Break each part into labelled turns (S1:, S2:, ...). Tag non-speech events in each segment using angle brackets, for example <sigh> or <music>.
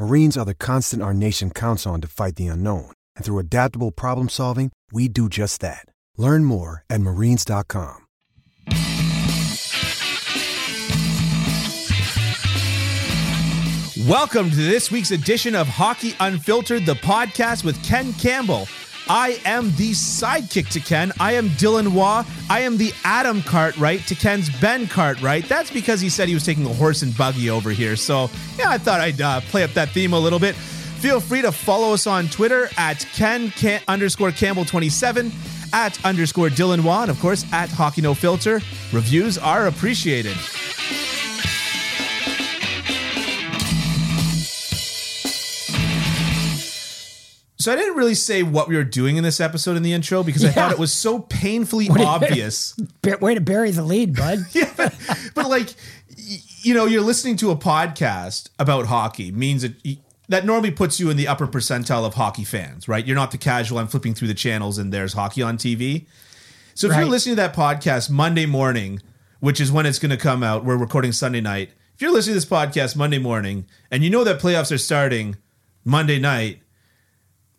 S1: Marines are the constant our nation counts on to fight the unknown. And through adaptable problem solving, we do just that. Learn more at marines.com.
S2: Welcome to this week's edition of Hockey Unfiltered, the podcast with Ken Campbell. I am the sidekick to Ken. I am Dylan Waugh. I am the Adam Cartwright to Ken's Ben Cartwright. That's because he said he was taking a horse and buggy over here. So, yeah, I thought I'd uh, play up that theme a little bit. Feel free to follow us on Twitter at Ken Can- underscore Campbell 27, at underscore Dylan Waugh, and of course at Hockey No Filter. Reviews are appreciated. So I didn't really say what we were doing in this episode in the intro because I
S3: Yeah.
S2: thought it was so painfully
S3: <laughs> What do you-
S2: obvious.
S3: Ba- Way to bury the
S2: <laughs>
S3: lead, bud.
S2: yeah, but, but like y- you know, you're listening to a podcast about hockey means that y- that normally puts you in the upper percentile of hockey fans, right? You're not the casual. I'm flipping through the channels and there's hockey on TV. So if
S3: Right.
S2: you're listening to that podcast Monday morning, which is when it's going to come out, we're recording Sunday night. If you're listening to this podcast Monday morning and you know that playoffs are starting Monday night,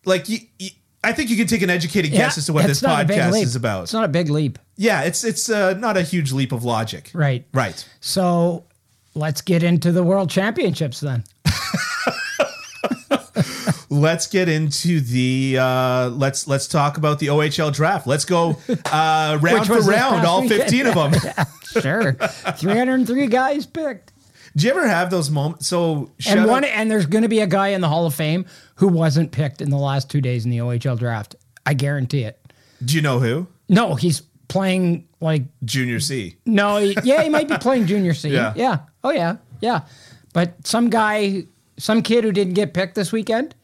S2: like you, you I think you can take an educated guess
S3: Yeah,
S2: as to what
S3: that's
S2: this
S3: not a big
S2: podcast
S3: leap.
S2: is about.
S3: It's not a big leap.
S2: yeah, it's it's uh, not a huge leap of logic.
S3: Right.
S2: Right.
S3: So let's get into the world
S2: <laughs>
S3: championships then. <laughs>
S2: Let's get into the uh, let's let's talk about the OHL draft. Let's go
S3: <laughs>
S2: uh, round
S3: Which
S2: for
S3: was this
S2: round,
S3: past
S2: all
S3: weekend.
S2: fifteen of
S3: <laughs>
S2: them.
S3: Sure. 303 guys picked.
S2: Do you ever have those moments? So shout
S3: and one
S2: out-
S3: and there's going to be a guy in the Hall of Fame who wasn't picked in the last 2 days in the OHL draft. I guarantee it.
S2: do you know who?
S3: No, he's playing like
S2: Junior C.
S3: No, he, yeah, he might be playing junior C.
S2: <laughs> Yeah.
S3: Oh yeah. Yeah. But some guy, some kid who didn't get picked this weekend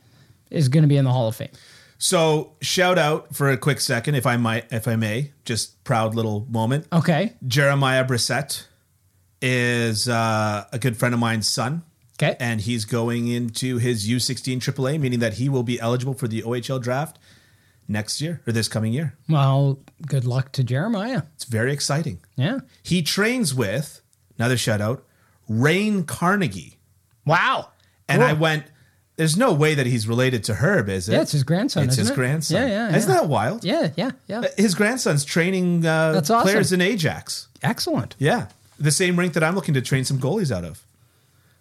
S3: is going to be in the Hall of Fame.
S2: So shout out for a quick second, if I might, if I may, just proud little moment.
S3: Okay.
S2: Jeremiah Brissett is uh, a good friend of mine's son,
S3: Okay.
S2: and he's going into his U16 AAA, meaning that he will be eligible for the OHL draft next year or this coming year.
S3: well, good luck to Jeremiah.
S2: It's very exciting.
S3: Yeah.
S2: He trains with another shout out, Rain Carnegie.
S3: Wow.
S2: And
S3: Cool.
S2: I went, there's no way that he's related to Herb, is it?
S3: Yeah, it's his grandson,
S2: It's
S3: isn't
S2: his
S3: it?
S2: grandson.
S3: Yeah, yeah,
S2: Isn't
S3: yeah.
S2: that wild? Uh,
S3: Yeah, yeah, yeah.
S2: His grandson's training uh,
S3: That's awesome.
S2: players in Ajax.
S3: Excellent.
S2: Yeah. The same rink that I'm looking to train some goalies out of.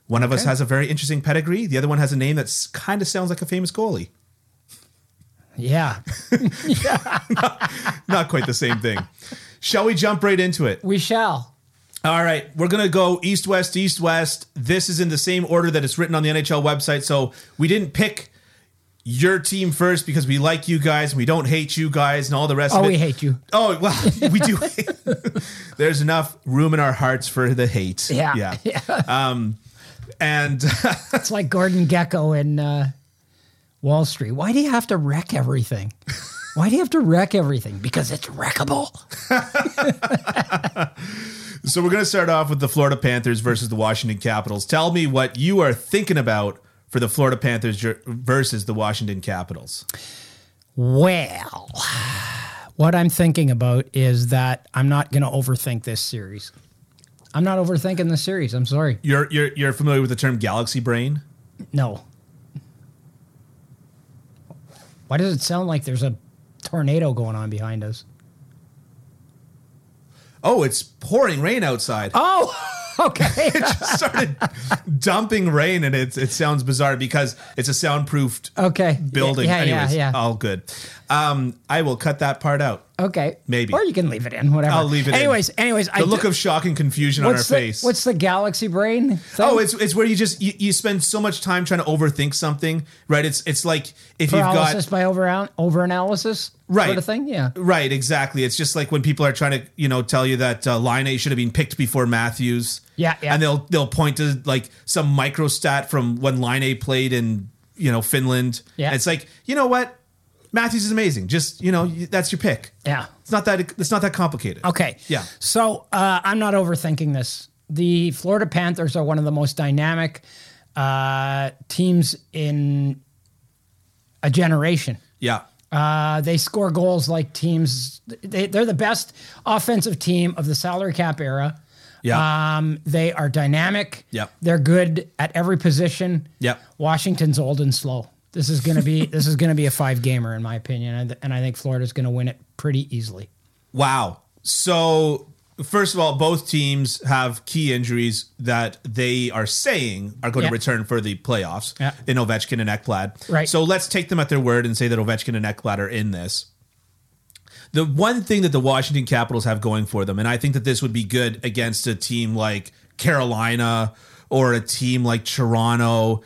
S2: One of us has a very interesting pedigree. The other one has a name that kind of sounds like a famous goalie.
S3: Yeah.
S2: Not quite the same
S3: <laughs>
S2: thing. Shall we jump right into it?
S3: We shall.
S2: All right, we're going to go east west east west. This is in the same order that it's written on the NHL website. So we didn't pick your team first because we like you guys and we don't hate you guys and all the rest
S3: Oh,
S2: of it.
S3: we hate <laughs> you.
S2: Oh, well, <laughs> we do. There's enough room in our hearts for the hate.
S3: Yeah.
S2: Yeah. Um and <laughs>
S3: It's like Gordon Gecko in uh, Wall Street. Why do you have to wreck everything? Why do you have to wreck everything? Because it's wreckable.
S2: so we're going to start off with the Florida Panthers versus the Washington Capitals. Tell me what you are thinking about for the Florida Panthers jer- versus the Washington Capitals.
S3: Well, what I'm thinking about is that I'm not going to overthink this series. I'm not overthinking the series. I'm sorry.
S2: You're you're you're familiar with the term galaxy brain?
S3: No. Why does it sound like there's a tornado going on behind us?
S2: Oh, it's pouring rain outside.
S3: Oh, <laughs> okay.
S2: <laughs> Started dumping rain, and it's it sounds bizarre because it's a soundproofed
S3: okay.
S2: building.
S3: Yeah, yeah,
S2: Anyways,
S3: yeah.
S2: all good. Um, I will cut that part out.
S3: Okay.
S2: Maybe.
S3: Or you can leave it in, whatever.
S2: I'll leave it in.
S3: Anyways, anyways,
S2: The look of shock and confusion on her
S3: what's the,
S2: face.
S3: What's the galaxy brain? thing?
S2: Oh, it's it's where you just you, you spend so much time trying to overthink something, right? It's it's like if
S3: paralysis
S2: you've got
S3: by over over analysis,
S2: right
S3: Sort of thing. Yeah.
S2: right, exactly. It's just like when people are trying to you know tell you that uh, Line A should have been picked before Matthews,
S3: Yeah, yeah.
S2: and they'll they'll point to like some microstat from when Line A played in you know Finland.
S3: Yeah.
S2: And it's like you know what Matthews is amazing. Just you know you- that's your pick.
S3: Yeah.
S2: It's not that it's not that complicated.
S3: Okay.
S2: Yeah.
S3: So uh, I'm not overthinking this. The Florida Panthers are one of the most dynamic uh, teams in a generation.
S2: Yeah.
S3: Uh, they score goals like teams. They, they're the best offensive team of the salary cap era.
S2: Yeah.
S3: Um, they are dynamic.
S2: Yep.
S3: They're good at every position.
S2: Yep.
S3: Washington's old and slow. This is
S2: <laughs>
S3: gonna be this is gonna be a five gamer in my opinion, and, and I think Florida's gonna win it pretty easily.
S2: Wow. So, first of all, both teams have key injuries that they are saying are going
S3: Yeah.
S2: to return for the playoffs
S3: Yeah.
S2: in Ovechkin and Ekblad.
S3: Right.
S2: So, let's take them at their word and say that Ovechkin and Ekblad are in this. The one thing that the Washington Capitals have going for them, and I think that this would be good against a team like Carolina or a team like Toronto.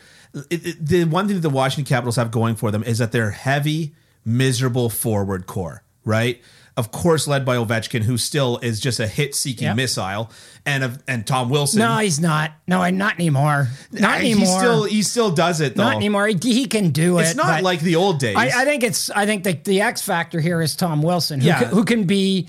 S2: It- it- the one thing that the Washington Capitals have going for them is that they're heavy, miserable forward core, right? Of course, led by Ovechkin, who still is just a hit-seeking
S3: Yep.
S2: missile, and of and Tom Wilson.
S3: No, he's not. No, I- not anymore. Not
S2: he
S3: anymore.
S2: still he still does it though.
S3: not anymore. He, he can do it.
S2: It's not
S3: but
S2: like the old days.
S3: I, I think it's. I think the, the X factor here is Tom Wilson, who,
S2: Yeah.
S3: can, who can be,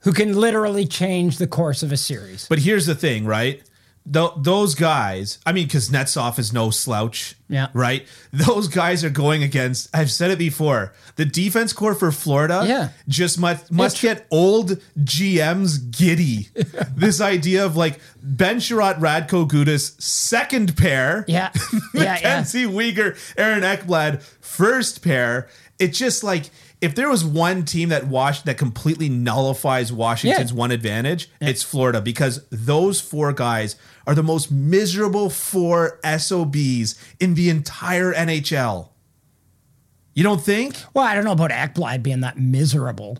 S3: who can literally change the course of a series.
S2: But here's the thing, right? Tho- those guys, I mean, because Netsov is no slouch.
S3: Yeah.
S2: Right? Those guys are going against, I've said it before, the defense core for Florida
S3: Yeah.
S2: just must, must
S3: It's-
S2: get old GMs
S3: <laughs>
S2: giddy. this idea of like Ben Sherratt, Radko Gudis, second pair. <laughs>
S3: Yeah, yeah, yeah.
S2: Mackenzie Weegar, Aaron Ekblad, first pair. It's just like if there was one team that wash that completely nullifies Washington's
S3: Yeah.
S2: one advantage, it's Florida because those four guys are the most miserable four SOBs in the entire NHL. You don't think?
S3: Well, I don't know about Ekblad being that miserable.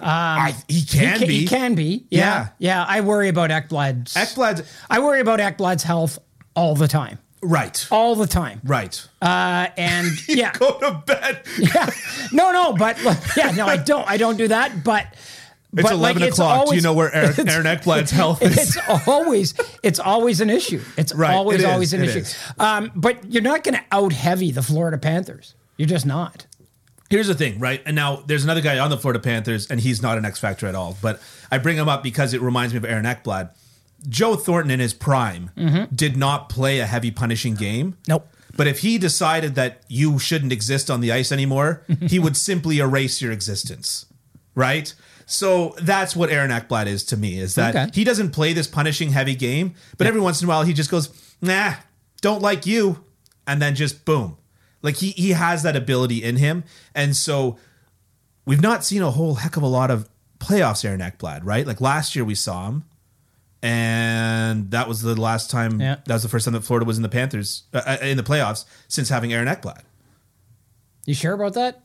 S2: I, he can
S3: Um, he can,
S2: be.
S3: He can be. Yeah, yeah. I worry about Ekblad's.
S2: Ekblad's
S3: I worry about Ekblad's health all the time.
S2: right.
S3: All the time.
S2: Right.
S3: Uh,
S2: <laughs>
S3: and yeah,
S2: Go to bed.
S3: yeah. <laughs> No, no, but look, yeah, no, I don't. I don't do that. But
S2: It's eleven o'clock. Do you know where Aaron, Aaron Ekblad's health is?
S3: <laughs> It's always it's always an issue. It's
S2: Right. It
S3: always
S2: is.
S3: always an
S2: It
S3: issue.
S2: is.
S3: Um, but you're not going to out heavy the Florida Panthers. You're just not.
S2: Here's the thing, right? And now there's another guy on the Florida Panthers, and he's not an X Factor at all. But I bring him up because it reminds me of Aaron Eckblad. Joe Thornton in his prime did not play a heavy punishing game.
S3: Nope.
S2: But if he decided that you shouldn't exist on the ice anymore, he would simply erase your existence, right? So that's what Aaron Eckblad is to me, is that
S3: Okay.
S2: he doesn't play this punishing heavy game, but every once in a while he just goes, nah, don't like you. And then just boom. Like he, he has that ability in him. And so we've not seen a whole heck of a lot of playoffs Aaron Eckblad, right? Like last year we saw him, and that was the last time.
S3: Yeah.
S2: That was the first time that Florida was in the Panthers uh, uh, in the playoffs since having Aaron Eckblad.
S3: You sure about that?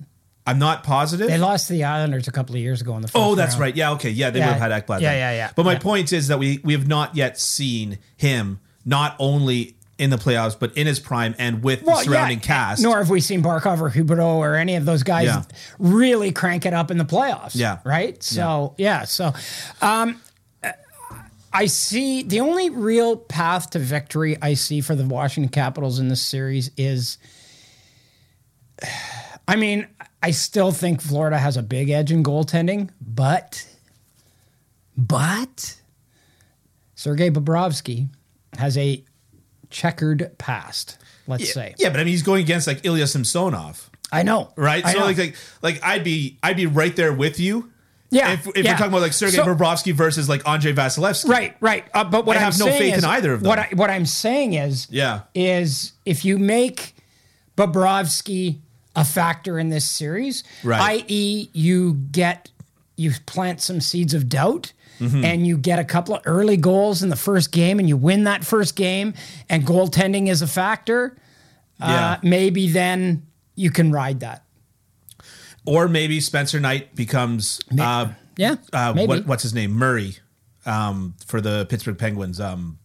S2: I'm not positive.
S3: They lost to the Islanders a couple of years ago in the. First
S2: Oh, that's
S3: round.
S2: right. Yeah, okay. Yeah, they
S3: Yeah.
S2: would have had Ekblad.
S3: Yeah,
S2: then.
S3: yeah, yeah.
S2: But my
S3: Yeah.
S2: point is that we we have not yet seen him not only in the playoffs but in his prime and with the surrounding
S3: yeah,
S2: cast.
S3: Nor have we seen Barkov or Huberto or any of those guys
S2: Yeah.
S3: really crank it up in the playoffs.
S2: Yeah.
S3: Right. So yeah. so, um, I see the only real path to victory I see for the Washington Capitals in this series is. <sighs> I mean, I still think Florida has a big edge in goaltending, but, but Sergei Bobrovsky has a checkered past. Let's say,
S2: yeah, but I mean he's going against like Ilya Samsonov.
S3: I know,
S2: right?
S3: I
S2: so
S3: know.
S2: like, like like I'd be I'd be right there with you.
S3: Yeah,
S2: If, if
S3: yeah.
S2: we're talking about like Sergei
S3: So-
S2: Bobrovsky versus like Andre Vasilevsky,
S3: right, right. Uh, but what
S2: I
S3: am
S2: have no
S3: saying
S2: faith
S3: is-
S2: in either of
S3: What
S2: them.
S3: I, what I'm saying is,
S2: Yeah.
S3: is if you make Bobrovsky a factor in this series,
S2: Right.
S3: i.e., you get you plant some seeds of doubt.
S2: Mm-hmm.
S3: And you get a couple of early goals in the first game, and you win that first game, and goaltending is a factor.
S2: Yeah.
S3: Uh, maybe then you can ride that.
S2: or maybe Spencer Knight becomes uh,
S3: Yeah,
S2: uh,
S3: maybe.
S2: what, what's his name Murray um, for the Pittsburgh Penguins. Um,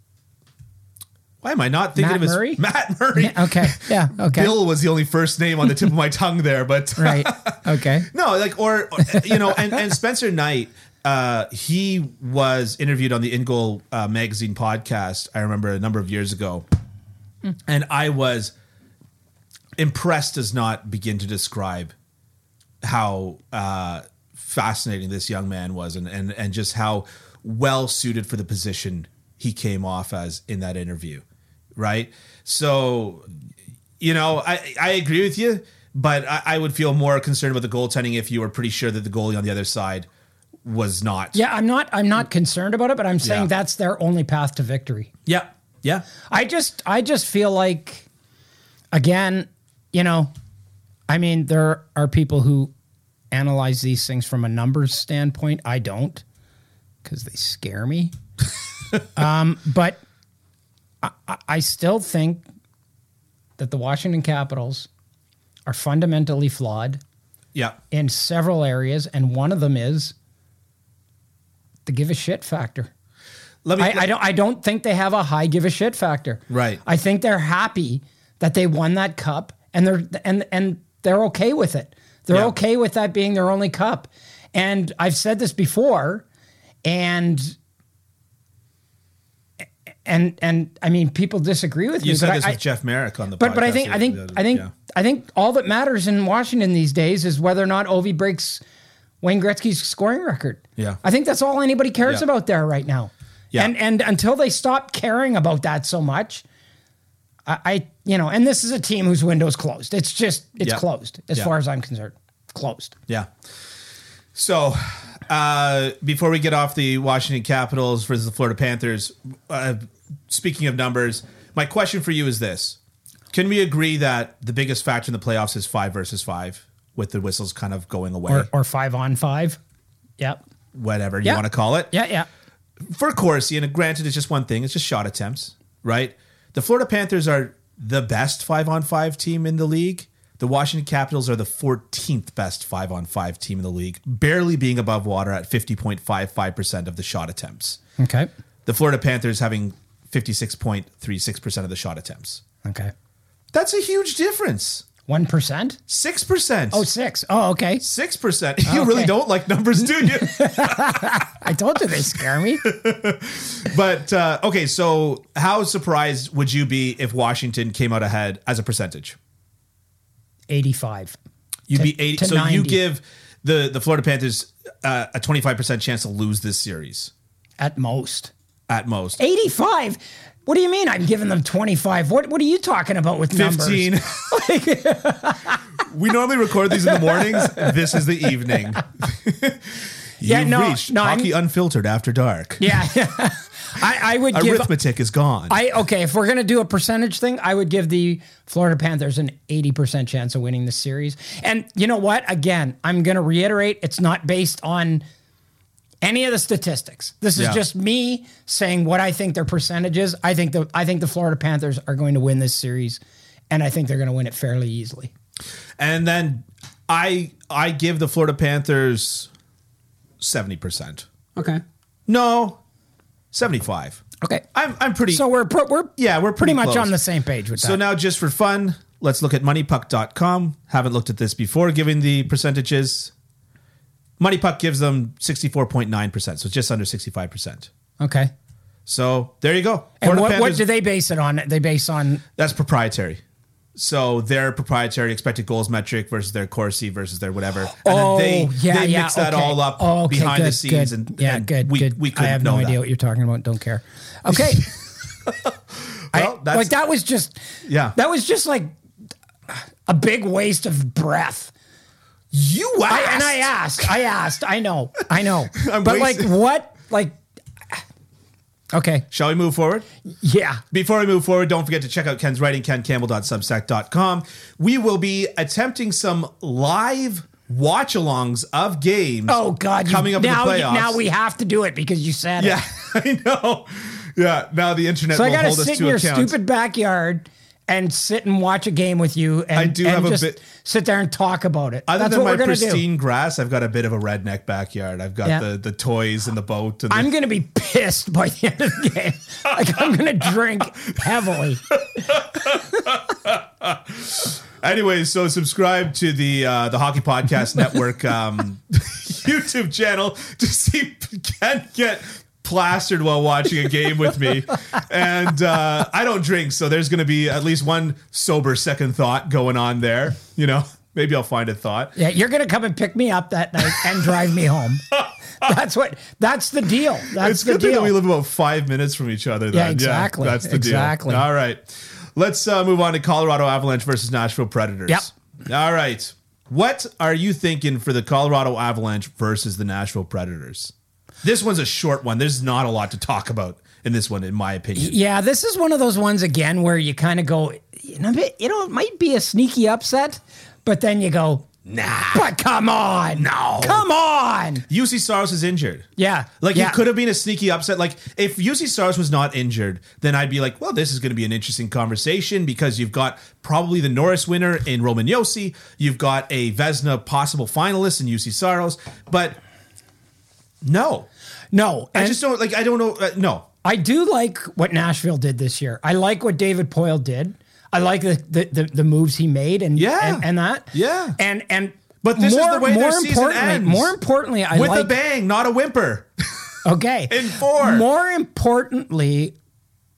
S2: why am I not thinking
S3: Matt
S2: of his
S3: Murray?
S2: <laughs> Matt Murray?
S3: okay. Yeah.
S2: <laughs>
S3: Okay.
S2: Bill was the only first name on the tip of my tongue there, but
S3: <laughs> Right. Okay.
S2: <laughs> no, like or, or, you know, and, and Spencer Knight, uh, he was interviewed on the In Goal uh, magazine podcast. I remember a number of years ago, and I was impressed does not begin to describe how uh, fascinating this young man was, and and and just how well suited for the position he came off as in that interview, right? So you know, I I agree with you, but I, I would feel more concerned about the goaltending if you were pretty sure that the goalie on the other side was not.
S3: Yeah, I'm not. I'm not concerned about it, but I'm saying
S2: Yeah.
S3: that's their only path to victory.
S2: Yeah. Yeah.
S3: I just. I just feel like, again, you know, I mean, there are people who analyze these things from a numbers standpoint. I don't, because they scare <laughs> me. um, but I, I- I still think that the Washington Capitals are fundamentally flawed.
S2: Yeah.
S3: in several areas, and one of them is the give a shit factor.
S2: Let me.
S3: I, I don't I don't think they have a high give a shit factor.
S2: Right.
S3: I think they're happy that they won that cup and they're and and they're okay with it. They're
S2: Yeah.
S3: okay with that being their only cup. And I've said this before, and and and I mean people disagree with
S2: you
S3: me.
S2: said
S3: but
S2: this
S3: I-
S2: with Jeff Merrick on the
S3: but but I
S2: podcast
S3: think I think
S2: the other-
S3: I think
S2: yeah.
S3: I think all that matters in Washington these days is whether or not Ovi breaks Wayne Gretzky's scoring record.
S2: Yeah.
S3: I think that's all anybody cares
S2: Yeah.
S3: about there right now.
S2: Yeah.
S3: And and until they stop caring about that so much, I, I you know, and this is a team whose window's closed. It's just it's
S2: Yeah.
S3: closed as
S2: Yeah.
S3: far as I'm concerned. Closed.
S2: Yeah. So, uh, before we get off the Washington Capitals versus the Florida Panthers, uh, speaking of numbers, my question for you is this: Can we agree that the biggest factor in the playoffs is five versus five, with the whistles kind of going away,
S3: Or or five on five. Yep.
S2: whatever
S3: Yeah.
S2: you want to call it?
S3: Yeah, yeah.
S2: for Corsi, and granted, it's just one thing. It's just shot attempts, right? The Florida Panthers are the best five on five team in the league. The Washington Capitals are the 14th best five on five team in the league, barely being above water at 50.55% of the shot attempts.
S3: Okay.
S2: The Florida Panthers having 56.36% of the shot attempts.
S3: Okay.
S2: That's a huge difference.
S3: One percent?
S2: 6%.
S3: Oh six. Oh, okay.
S2: 6%. <laughs> You really
S3: Okay.
S2: don't like numbers, do
S3: <laughs>
S2: you?
S3: I told you they scare me.
S2: But uh, okay, so how surprised would you be if Washington came out ahead as a percentage?
S3: Eighty five.
S2: You'd
S3: To-
S2: be eight.
S3: to
S2: So
S3: 90.
S2: you give the the Florida Panthers uh, a twenty five percent chance to lose this series
S3: At most.
S2: at most.
S3: 85? What do you mean I'm giving them 25? What what are you talking about with numbers? <laughs>
S2: Fifteen. we normally record these in the mornings. This is the evening.
S3: <laughs> Yeah,
S2: You've
S3: no,
S2: reached
S3: no, I'm-
S2: hockey unfiltered after dark.
S3: Yeah. <laughs> I, I would give
S2: Arithmetic is gone.
S3: I okay, if we're gonna do a percentage thing, I would give the Florida Panthers an 80% chance of winning this series. And you know what? Again, I'm gonna reiterate it's not based on any of the statistics. This is
S2: Yeah.
S3: just me saying what I think their percentage is. I think the I think the Florida Panthers are going to win this series, and I think they're gonna win it fairly easily.
S2: and then I I give the Florida Panthers seventy percent.
S3: Okay.
S2: No, seventy five.
S3: Okay.
S2: I'm I'm pretty.
S3: So we're pro- we're
S2: yeah, we're
S3: pretty,
S2: pretty,
S3: much
S2: close.
S3: on the same page with
S2: So
S3: that.
S2: now, just for fun, let's look at moneypuck.com. Haven't looked at this before, giving the percentages. Moneypuck gives them 64.9%, so just under 65%.
S3: okay.
S2: So there you go.
S3: And
S2: Florida
S3: what, what
S2: Panthers-
S3: do they base it on? They base on
S2: that's proprietary. So their proprietary expected goals metric versus their Corsi versus their whatever. And
S3: oh
S2: then they,
S3: yeah
S2: they
S3: yeah,
S2: mix that
S3: okay.
S2: all up
S3: Oh, okay,
S2: behind the
S3: good,
S2: scenes.
S3: good.
S2: And,
S3: yeah
S2: and
S3: good
S2: we,
S3: good.
S2: we couldn't
S3: I have
S2: know
S3: no
S2: that.
S3: idea what you're talking about. Don't
S2: <laughs>
S3: care. Okay. I-
S2: Well, Oh, that's-
S3: like that was just
S2: Yeah.
S3: that was just like a big waste of breath.
S2: You
S3: I,
S2: asked.
S3: and I asked, I asked, I know, I know,
S2: <laughs> I'm
S3: but
S2: wasting-
S3: like what, like okay,
S2: Shall we move forward?
S3: yeah,
S2: Before we move forward, don't forget to check out Ken's writing, kencampbell.substack.com. We will be attempting some live watch alongs of games.
S3: Oh God! you-
S2: Coming up in the
S3: now, you-
S2: playoffs.
S3: now we have to do it because you
S2: <laughs>
S3: said
S2: Yeah,
S3: it.
S2: I know. Yeah, now the internet
S3: So I
S2: will
S3: got to
S2: hold us
S3: sit
S2: to
S3: in your
S2: account.
S3: stupid backyard and sit and watch a game with you. And,
S2: I do
S3: and
S2: have a
S3: just
S2: bit-
S3: Sit there and talk about it.
S2: Other
S3: That's
S2: than
S3: what
S2: my
S3: we're gonna do.
S2: pristine grass, I've got a bit of a redneck backyard. I've got
S3: Yeah.
S2: the, the toys and the boat. And the-
S3: I'm gonna be pissed by the end of the game. like I'm gonna drink heavily.
S2: Anyway, so subscribe to the uh, the Hockey Podcast Network um, <laughs> YouTube channel to see Ken get plastered while watching a game with me. And uh, I don't drink, so there's going to be at least one sober second thought going on there. You know, maybe I'll find a thought.
S3: Yeah, you're gonna come and pick me up that night and drive me home. That's what. That's the deal. That's
S2: it's
S3: the
S2: good thing that
S3: deal.
S2: we live about five minutes from each other. Then.
S3: exactly.
S2: that's the
S3: Exactly.
S2: deal. All right. Let's uh, move on to Colorado Avalanche versus Nashville Predators.
S3: Yep.
S2: All right. What are you thinking for the Colorado Avalanche versus the Nashville Predators? This one's a short one. There's not a lot to talk about in this one, in my opinion.
S3: yeah, this is one of those ones again where you kind of go, you know, you know, it might be a sneaky upset, but then you go, nah. But come on, no, come on,
S2: UC Saros is injured.
S3: yeah,
S2: Like
S3: yeah.
S2: it could have been a sneaky upset. Like if UC Stars was not injured, then I'd be like, well, this is going to be an interesting conversation because you've got probably the Norris winner in Roman Yossi. You've got a Vesna possible finalist in UC Saros, but no,
S3: No,
S2: I
S3: and
S2: just don't like. I don't know. Uh, no,
S3: I do like what Nashville did this year. I like what David Poyle did. I like the the, the, the moves he made and
S2: Yeah.
S3: and, and that
S2: Yeah.
S3: and and
S2: But this is the way their season
S3: importantly,
S2: ends.
S3: more importantly, I
S2: with a
S3: like
S2: bang, not a whimper.
S3: okay
S2: in four.
S3: More importantly,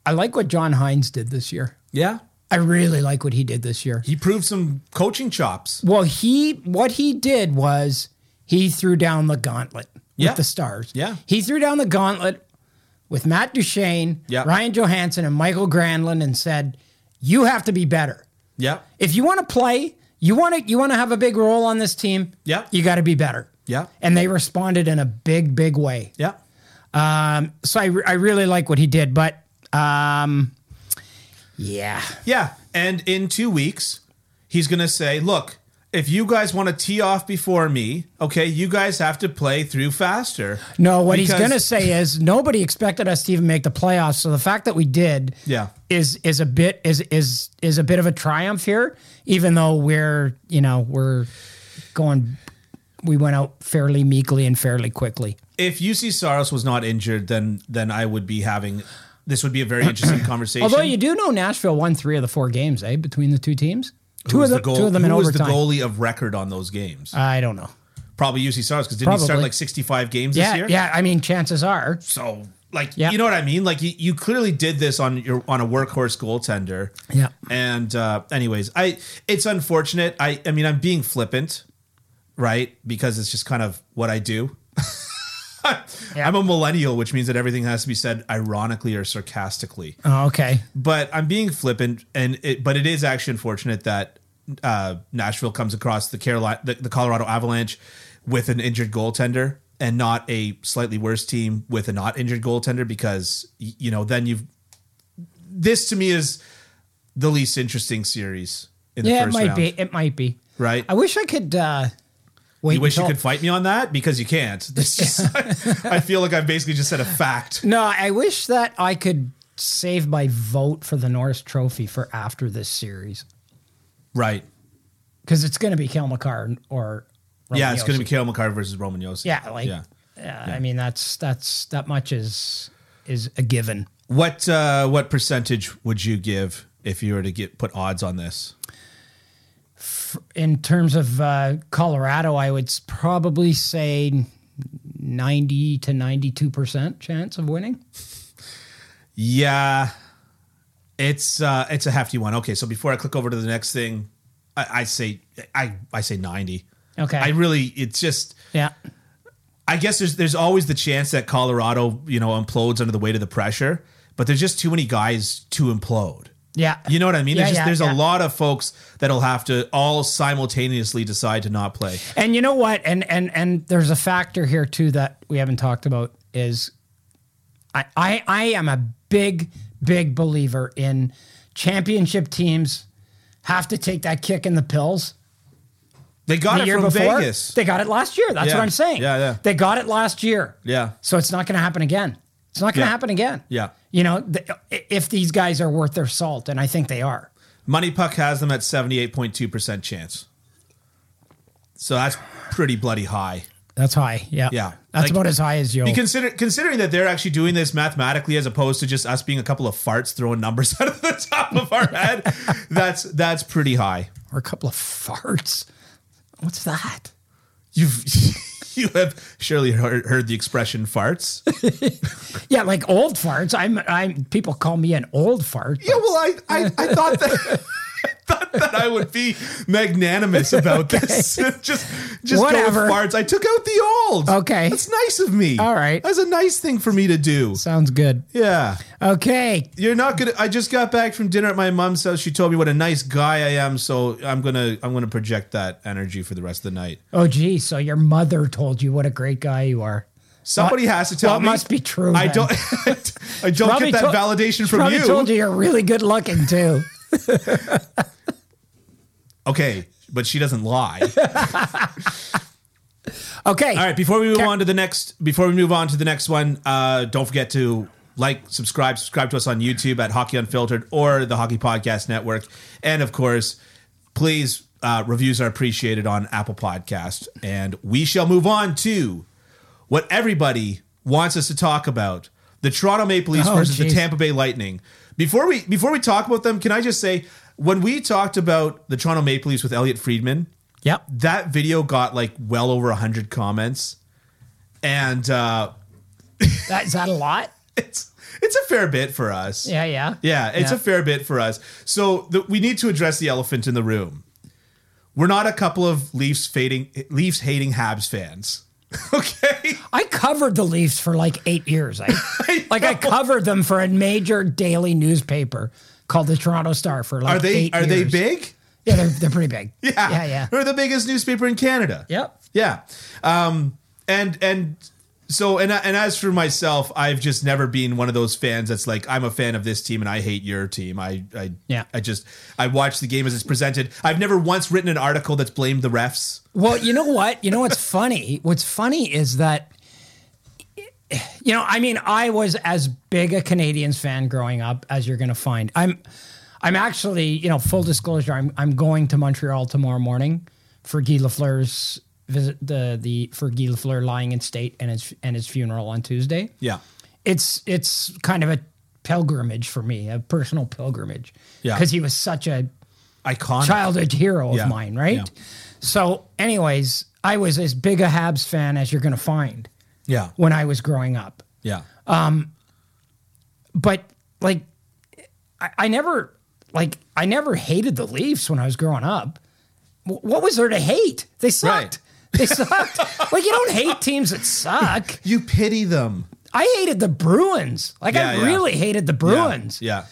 S3: I like what John Hines did this year.
S2: Yeah,
S3: I really like what he did this year.
S2: he proved some coaching chops.
S3: Well, he what he did was he threw down the gauntlet with
S2: Yeah.
S3: the stars.
S2: Yeah.
S3: He threw down the gauntlet with Matt Duchene,
S2: Yeah.
S3: Ryan Johansson, and Michael Granlund and said, You have to be better.
S2: Yeah,
S3: If you want to play, you want to you want to have a big role on this team,
S2: Yeah.
S3: you got to be better.
S2: Yeah.
S3: And they responded in a big, big way.
S2: yeah.
S3: Um, so I, I really like what he did, but um, yeah.
S2: Yeah. And in two weeks, he's going to say, look, if you guys want to tee off before me, okay, you guys have to play through faster.
S3: No, what he's
S2: Because-
S3: going to say is nobody expected us to even make the playoffs. So the fact that we did,
S2: Yeah.
S3: is is a bit is is is a bit of a triumph here, even though we're you know we're going, we went out fairly meekly and fairly quickly.
S2: If UC Saros was not injured, then then I would be having this would be a very
S3: <clears throat>
S2: interesting conversation.
S3: Although you do know Nashville won three of the four games, eh, between the two teams, two
S2: Who was
S3: of the,
S2: goal-
S3: two of them in
S2: who was
S3: overtime.
S2: the goalie of record on those games?
S3: I don't know.
S2: Probably UC Saros because didn't he start
S3: probably.
S2: like 65 games
S3: Yeah,
S2: this year?
S3: yeah. I mean, chances are,
S2: So like
S3: Yeah.
S2: you know what I mean? Like you, you clearly did this on your on a workhorse goaltender.
S3: Yeah.
S2: And uh anyways, I it's unfortunate. I I mean I'm being flippant, right? Because it's just kind of what I do. <laughs>
S3: Yeah.
S2: I'm a millennial, which means that everything has to be said ironically or sarcastically.
S3: oh, okay.
S2: But I'm being flippant, and it, but it is actually unfortunate that uh, Nashville comes across the Carolina, the, the Colorado Avalanche, with an injured goaltender, and not a slightly worse team with a not injured goaltender, because y- you know then you've this to me is the least interesting series in the
S3: Yeah, it
S2: first
S3: might
S2: round.
S3: be. It might be.
S2: Right.
S3: I wish I could. uh Wait
S2: You wish you
S3: until-
S2: could fight me on that because you can't. <laughs> This
S3: <laughs>
S2: just, I feel like I've basically just said a fact.
S3: No, I wish that I could save my vote for the Norris Trophy for after this series
S2: Right.
S3: because it's going to be Kel McCarr or Roman
S2: yeah, it's going to be
S3: Yossi.
S2: Kale McCarr versus Roman Yossi.
S3: yeah, like yeah. I mean that's that's that much is is a given.
S2: What uh, what percentage would you give if you were to get put odds on this?
S3: In terms of uh, Colorado, I would s- probably say ninety to ninety-two percent chance of winning.
S2: Yeah, it's uh, it's a hefty one. Okay, so before I click over to the next thing, I, I say I I say ninety.
S3: Okay.
S2: I really it's just
S3: Yeah,
S2: I guess there's there's always the chance that Colorado you know implodes under the weight of the pressure, but there's just too many guys to implode.
S3: yeah.
S2: You know what I mean?
S3: Yeah,
S2: There's just,
S3: yeah,
S2: there's
S3: yeah.
S2: a lot of folks that'll have to all simultaneously decide to not play.
S3: And you know what? And and and there's a factor here too that we haven't talked about is I I, I am a big big believer in championship teams have to take that kick in the pills
S2: They got
S3: the
S2: it
S3: year
S2: from
S3: before.
S2: Vegas.
S3: They got it last year. That's
S2: Yeah.
S3: what I'm saying.
S2: Yeah, yeah.
S3: They got it last year.
S2: Yeah.
S3: So it's not going to happen again. It's not going to
S2: Yeah.
S3: happen again.
S2: Yeah.
S3: You know, the, if these guys are worth their salt, and I think they are.
S2: Money Puck has them at 78.2% chance. So that's pretty bloody high.
S3: That's high. Yeah.
S2: Yeah.
S3: That's
S2: Like-
S3: about as high as you'll.
S2: You consider considering that they're actually doing this mathematically as opposed to just us being a couple of farts throwing numbers <laughs> out of the top of our head. That's that's pretty high.
S3: or a couple of farts. What's that?
S2: You've <laughs> you have surely heard, heard the expression farts.
S3: Yeah, like old farts. I'm. I'm. People call me an old fart. but-
S2: Yeah, well, I, I, I thought that. <laughs> I Thought that I would be magnanimous
S3: <laughs>
S2: about this. <laughs> just, just
S3: Whatever.
S2: go with farts. I took out the old.
S3: Okay.
S2: that's nice of me.
S3: All right.
S2: that's a nice thing for me to do.
S3: Sounds good.
S2: Yeah,
S3: Okay.
S2: you're not gonna. I just got back from dinner at my mom's house. She told me what a nice guy I am, so I'm gonna, I'm gonna project that energy for the rest of the night.
S3: Oh, gee. So your mother told you what a great guy you are.
S2: Somebody has to tell
S3: well, it
S2: me.
S3: must be true,
S2: I
S3: then.
S2: don't. <laughs> I don't
S3: Probably
S2: get that
S3: told-
S2: validation
S3: she
S2: from
S3: probably
S2: you.
S3: told you you're really good looking too.
S2: Okay, but she doesn't lie.
S3: Okay.
S2: All right, before we move
S3: Okay.
S2: on to the next, before we move on to the next one, uh, don't forget to like, subscribe, subscribe to us on YouTube at Hockey Unfiltered or the Hockey Podcast Network, and of course, please uh, reviews are appreciated on Apple Podcast. And we shall move on to what everybody wants us to talk about: the Toronto Maple Leafs
S3: Oh,
S2: versus the
S3: geez.
S2: Tampa Bay Lightning. Before we before we talk about them, can I just say when we talked about the Toronto Maple Leafs with Elliot Friedman?
S3: Yep.
S2: that video got like well over 100 comments and uh <laughs>
S3: That, is that a lot?
S2: it's it's a fair bit for us
S3: Yeah. Yeah.
S2: yeah it's
S3: Yeah.
S2: a fair bit for us so the, we need to address the elephant in the room we're not a couple of leafs fading leafs hating habs fans <laughs> okay
S3: I covered the Leafs for like eight years.
S2: <laughs>
S3: I, like I covered them for a major daily newspaper called the Toronto Star for like
S2: are they
S3: eight
S2: are they
S3: years.
S2: big
S3: Yeah, they're, they're pretty big.
S2: <laughs> yeah
S3: Yeah. Yeah.
S2: they're the biggest newspaper in canada
S3: Yep.
S2: Yeah. Um, and and so and and as for myself, I've just never been one of those fans that's like I'm a fan of this team and I hate your team. I I
S3: Yeah.
S2: I just I watch the game as it's presented. I've never once written an article that's blamed the refs.
S3: Well, you know what? You know what's funny? What's funny is that, you know, I mean, I was as big a Canadians fan growing up as you're going to find. I'm, I'm actually, you know, full disclosure, I'm, I'm going to Montreal tomorrow morning for Guy Lafleur's visit, the the for Guy Lafleur lying in state and his and his funeral on Tuesday
S2: Yeah.
S3: it's it's kind of a pilgrimage for me, a personal pilgrimage.
S2: Yeah.
S3: Because he was such a
S2: Iconic.
S3: childhood hero of
S2: Yeah.
S3: mine, right?
S2: Yeah.
S3: So, anyways, I was as big a Habs fan as you're gonna find
S2: Yeah.
S3: when I was growing up.
S2: Yeah.
S3: But like I, I never like I never hated the Leafs when I was growing up. W- what was there to hate? They sucked.
S2: Right. <laughs>
S3: They sucked. like you don't hate teams that suck.
S2: You pity them.
S3: I hated the Bruins. Like I
S2: Yeah, yeah.
S3: really hated the
S2: Yeah.
S3: Bruins.
S2: Yeah.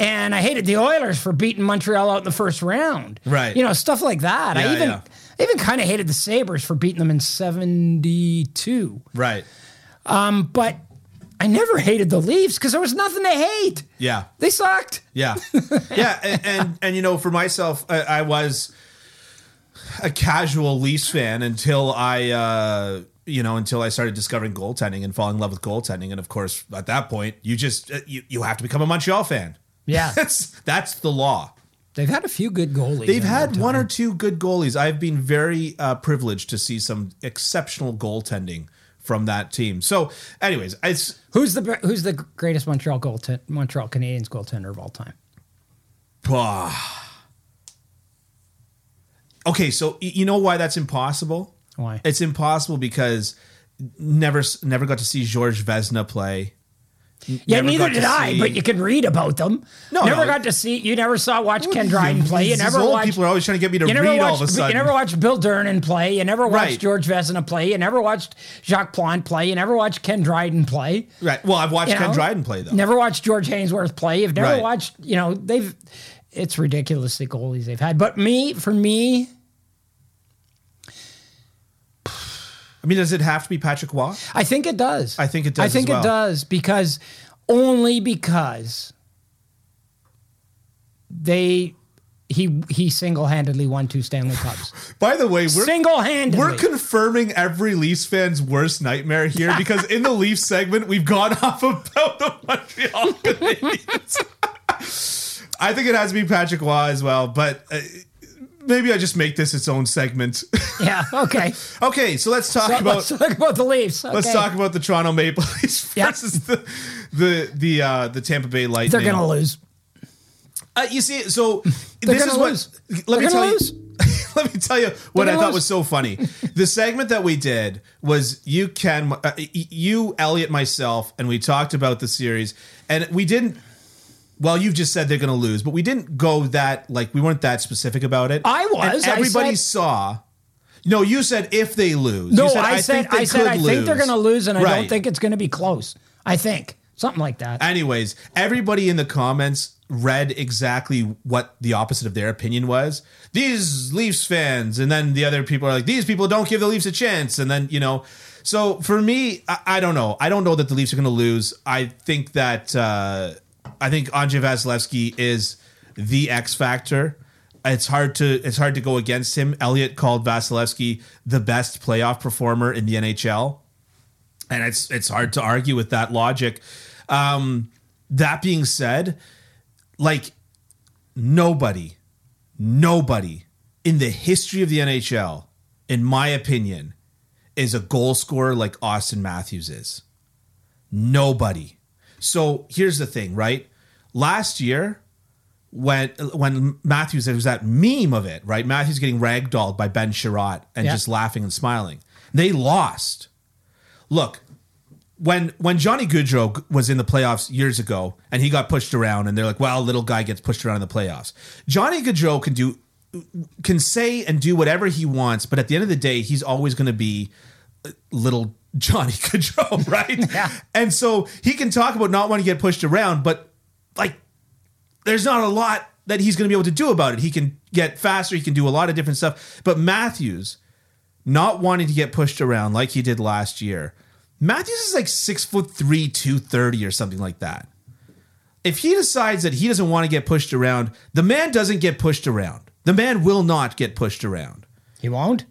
S3: and I hated the Oilers for beating Montreal out in the first round.
S2: Right.
S3: You know, stuff like that.
S2: Yeah,
S3: I even
S2: yeah.
S3: I even kind of hated the Sabres for beating them in 72.
S2: Right.
S3: But I never hated the Leafs because there was nothing to hate.
S2: Yeah.
S3: They sucked.
S2: Yeah, yeah, and, and and you know, for myself, I, I was a casual Leafs fan until I, uh, you know, until I started discovering goaltending and falling in love with goaltending, and of course, at that point, you just uh, you, you have to become a Montreal fan.
S3: Yeah.
S2: <laughs> that's that's the law.
S3: They've had a few good goalies.
S2: They've
S3: in
S2: had
S3: their
S2: one
S3: time.
S2: or two good goalies. I've been very uh, privileged to see some exceptional goaltending from that team. So, anyways, it's
S3: Who's the be- who's the greatest Montreal goaltender Montreal Canadiens goaltender of all time?
S2: <sighs> Ah. Okay, so y- you know why that's impossible?
S3: Why?
S2: It's impossible because never s- never got to see George Vesna play.
S3: Yeah,
S2: Never
S3: neither
S2: got to
S3: did I,
S2: see-
S3: but you can read about them.
S2: No,
S3: never
S2: no.
S3: got to see. You never saw watch Ken Dryden play. You
S2: These
S3: never
S2: old
S3: watched.
S2: people are always trying to get me to
S3: You
S2: read
S3: never,
S2: all of a
S3: watched,
S2: sudden.
S3: you never watched Bill Durnan play. You never watched
S2: Right.
S3: George Vezina play. You never watched Jacques Plante play. You never watched Ken Dryden play.
S2: right. Well, I've watched
S3: You
S2: Ken
S3: know?
S2: Dryden play though.
S3: Never watched George Hainsworth play. You've never
S2: Right.
S3: watched, you know, they've, it's ridiculous the goalies they've had. But me, for me,
S2: I mean, does it have to be Patrick Waugh?
S3: I think it does.
S2: I think it
S3: I
S2: does
S3: think
S2: as well.
S3: it does because only because they, he, he single handedly won two Stanley Cups.
S2: By the way, <laughs> we're
S3: single handedly.
S2: we're confirming every Leafs fan's worst nightmare here because in the Leafs <laughs> segment we've gone off about the Montreal Canadiens. I think it has to be Patrick Waugh as well, but uh, maybe I just make this its own segment.
S3: <laughs>
S2: <laughs>
S3: Yeah. Okay.
S2: okay, so let's talk about
S3: let's talk about the Leafs.
S2: let's
S3: Okay.
S2: talk about the Toronto Maple Leafs
S3: <laughs> Yeah.
S2: versus the the the uh, the Tampa Bay Lightning.
S3: They're gonna lose.
S2: Uh, you see, so
S3: They're
S2: this
S3: gonna
S2: is what.
S3: lose.
S2: Let me
S3: They're
S2: tell
S3: gonna lose.
S2: you. <laughs> let me tell you what
S3: They're
S2: I
S3: gonna
S2: thought
S3: lose.
S2: was so funny. the segment that we did was you, Ken, uh, y- you, Elliot, myself, and we talked about the series, and we didn't. Well, you've just said they're going to lose, but we didn't go that like we weren't that specific about it.
S3: I was.
S2: And
S3: I
S2: everybody
S3: said-
S2: saw. No, you said if they lose.
S3: No,
S2: You said,
S3: I, said
S2: they
S3: I said
S2: could
S3: I think they're gonna lose, and I
S2: Right.
S3: don't think it's gonna be close. I think something like that.
S2: Anyways, everybody in the comments read exactly what the opposite of their opinion was. These Leafs fans, and then the other people are like, these people don't give the Leafs a chance. And then, you know, so for me, I, I don't know. I don't know that the Leafs are going to lose. I think that, uh, I think Andre Vasilevsky is the X factor. It's hard to it's hard to go against him. Elliot called Vasilevsky the best playoff performer in the NHL and it's it's hard to argue with that logic. Um, that being said, like nobody, nobody in the history of the NHL, in my opinion, is a goal scorer like Austin Matthews is. Nobody. So here's the thing, right? Last year, when when Matthews there was that meme of it, right? Matthews getting ragdolled by Ben Sherratt and
S3: Yeah.
S2: just laughing and smiling. They lost look when when Johnny Goodrow was in the playoffs years ago and he got pushed around and they're like, well, little guy gets pushed around in the playoffs. Johnny Goodrow can do can say and do whatever he wants, but at the end of the day, he's always going to be uh, little <laughs> Johnny Gaudreau, <laughs> right?
S3: Yeah.
S2: And so he can talk about not wanting to get pushed around, but like there's not a lot that he's going to be able to do about it. He can get faster, he can do a lot of different stuff. But Matthews, not wanting to get pushed around like he did last year, Matthews is like six foot three, 230 or something like that. If he decides that he doesn't want to get pushed around, the man doesn't get pushed around. The man will not get pushed around.
S3: he won't.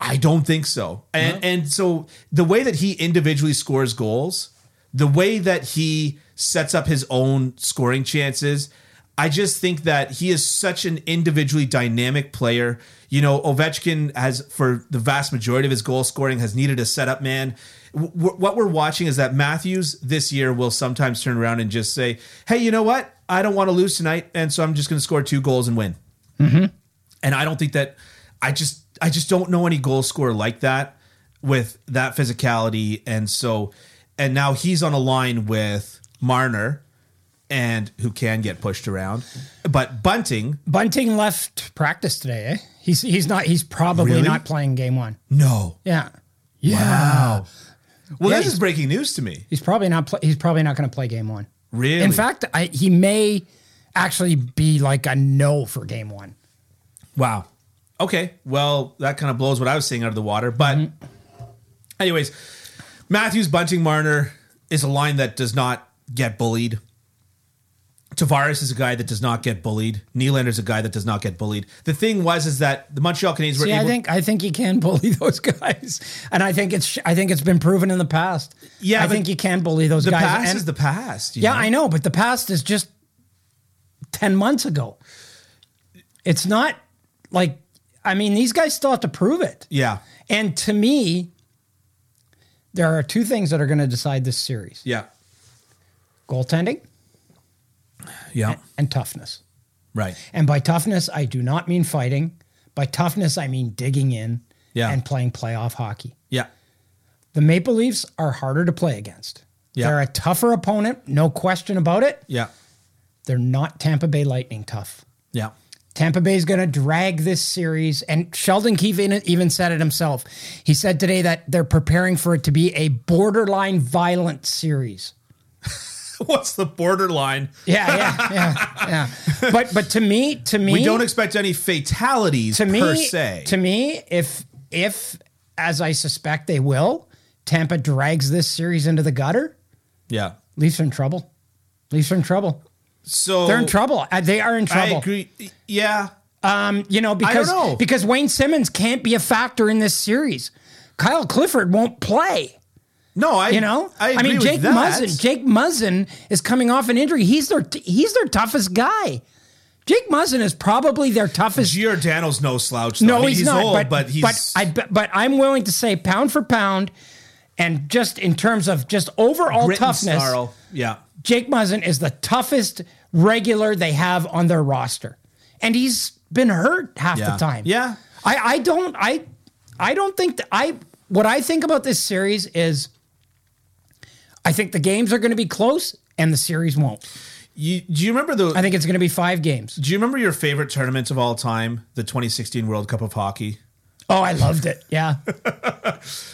S2: I don't think so. And and so the way that he individually scores goals, the way that he sets up his own scoring chances, I just think that he is such an individually dynamic player. You know, Ovechkin has for the vast majority of his goal scoring has needed a setup man. W- w- what we're watching is that Matthews this year will sometimes turn around and just say, "Hey, you know what? I don't want to lose tonight, and so I'm just going to score two goals and win." And I don't think that I just I just don't know any goal scorer like that with that physicality. And so and now he's on a line with Marner and who can get pushed around. But Bunting,
S3: Bunting left practice today. Eh? He's he's not. He's probably
S2: Really?
S3: not playing game one.
S2: no.
S3: Yeah. Yeah.
S2: Well,
S3: Yeah,
S2: this
S3: he's-
S2: is breaking news to me.
S3: He's probably not. Play, he's probably not going to play game one.
S2: Really?
S3: In fact, I, he may actually be like a no for game one.
S2: Wow. Okay. Well, that kind of blows what I was saying out of the water. But,
S3: Mm-hmm.
S2: anyways, Matthews, Bunting, Marner is a line that does not get bullied. Tavares is a guy that does not get bullied. Nylander is a guy that does not get bullied. The thing was is that the Montreal Canadiens were
S3: See,
S2: able.
S3: I think I think he can <laughs> bully those guys, and I think it's I think it's been proven in the past.
S2: Yeah,
S3: I
S2: but
S3: think he can bully those
S2: the
S3: guys.
S2: past
S3: and-
S2: is the past. you
S3: yeah,
S2: know?
S3: I know, but the past is just ten months ago. It's not like I mean these guys still have to prove it.
S2: Yeah.
S3: And to me, there are two things that are going to decide this series:
S2: Yeah.
S3: goaltending
S2: Yeah.
S3: and toughness.
S2: Right.
S3: And by toughness, I do not mean fighting. By toughness, I mean digging in
S2: Yeah.
S3: and playing playoff hockey.
S2: Yeah.
S3: The Maple Leafs are harder to play against.
S2: Yeah.
S3: They're a tougher opponent, no question about it.
S2: Yeah.
S3: They're not Tampa Bay Lightning tough.
S2: Yeah. <laughs>
S3: Tampa Bay's going to drag this series. And Sheldon Keefe in- even said it himself. He said today that they're preparing for it to be a borderline violent series.
S2: What's the borderline?
S3: Yeah, yeah, yeah,
S2: <laughs>
S3: yeah. But but to me, to me,
S2: We don't expect any fatalities
S3: to me
S2: per se.
S3: to me if if as i suspect they will tampa drags this series into the gutter
S2: yeah.
S3: leafs are in trouble leafs are in trouble
S2: So
S3: they're in trouble Uh, they are in trouble
S2: I agree. Yeah.
S3: Um, you know
S2: don't
S3: because
S2: know.
S3: because wayne simmons can't be a factor in this series kyle clifford won't play
S2: No, I
S3: You know,
S2: I, agree
S3: mean,
S2: with
S3: Jake
S2: that.
S3: Muzzin. Jake Muzzin is coming off an injury. He's their he's their toughest guy. Jake Muzzin is probably their toughest.
S2: Giordano's no slouch. Though.
S3: no,
S2: He-
S3: he's, not.
S2: old,
S3: but
S2: but, he's
S3: but I but, but I'm willing to say pound for pound, and just in terms of just overall
S2: grit and
S3: toughness,
S2: snarl. Yeah,
S3: Jake Muzzin is the toughest regular they have on their roster, and he's been hurt half
S2: Yeah.
S3: the time.
S2: Yeah.
S3: I, I don't I I don't think that I what I think about this series is I think the games are going to be close and the series won't.
S2: you do you remember the
S3: I think it's going to be five games.
S2: Do you remember your favorite tournament of all time, the 2016 World Cup of Hockey?
S3: Oh, I loved it. Yeah,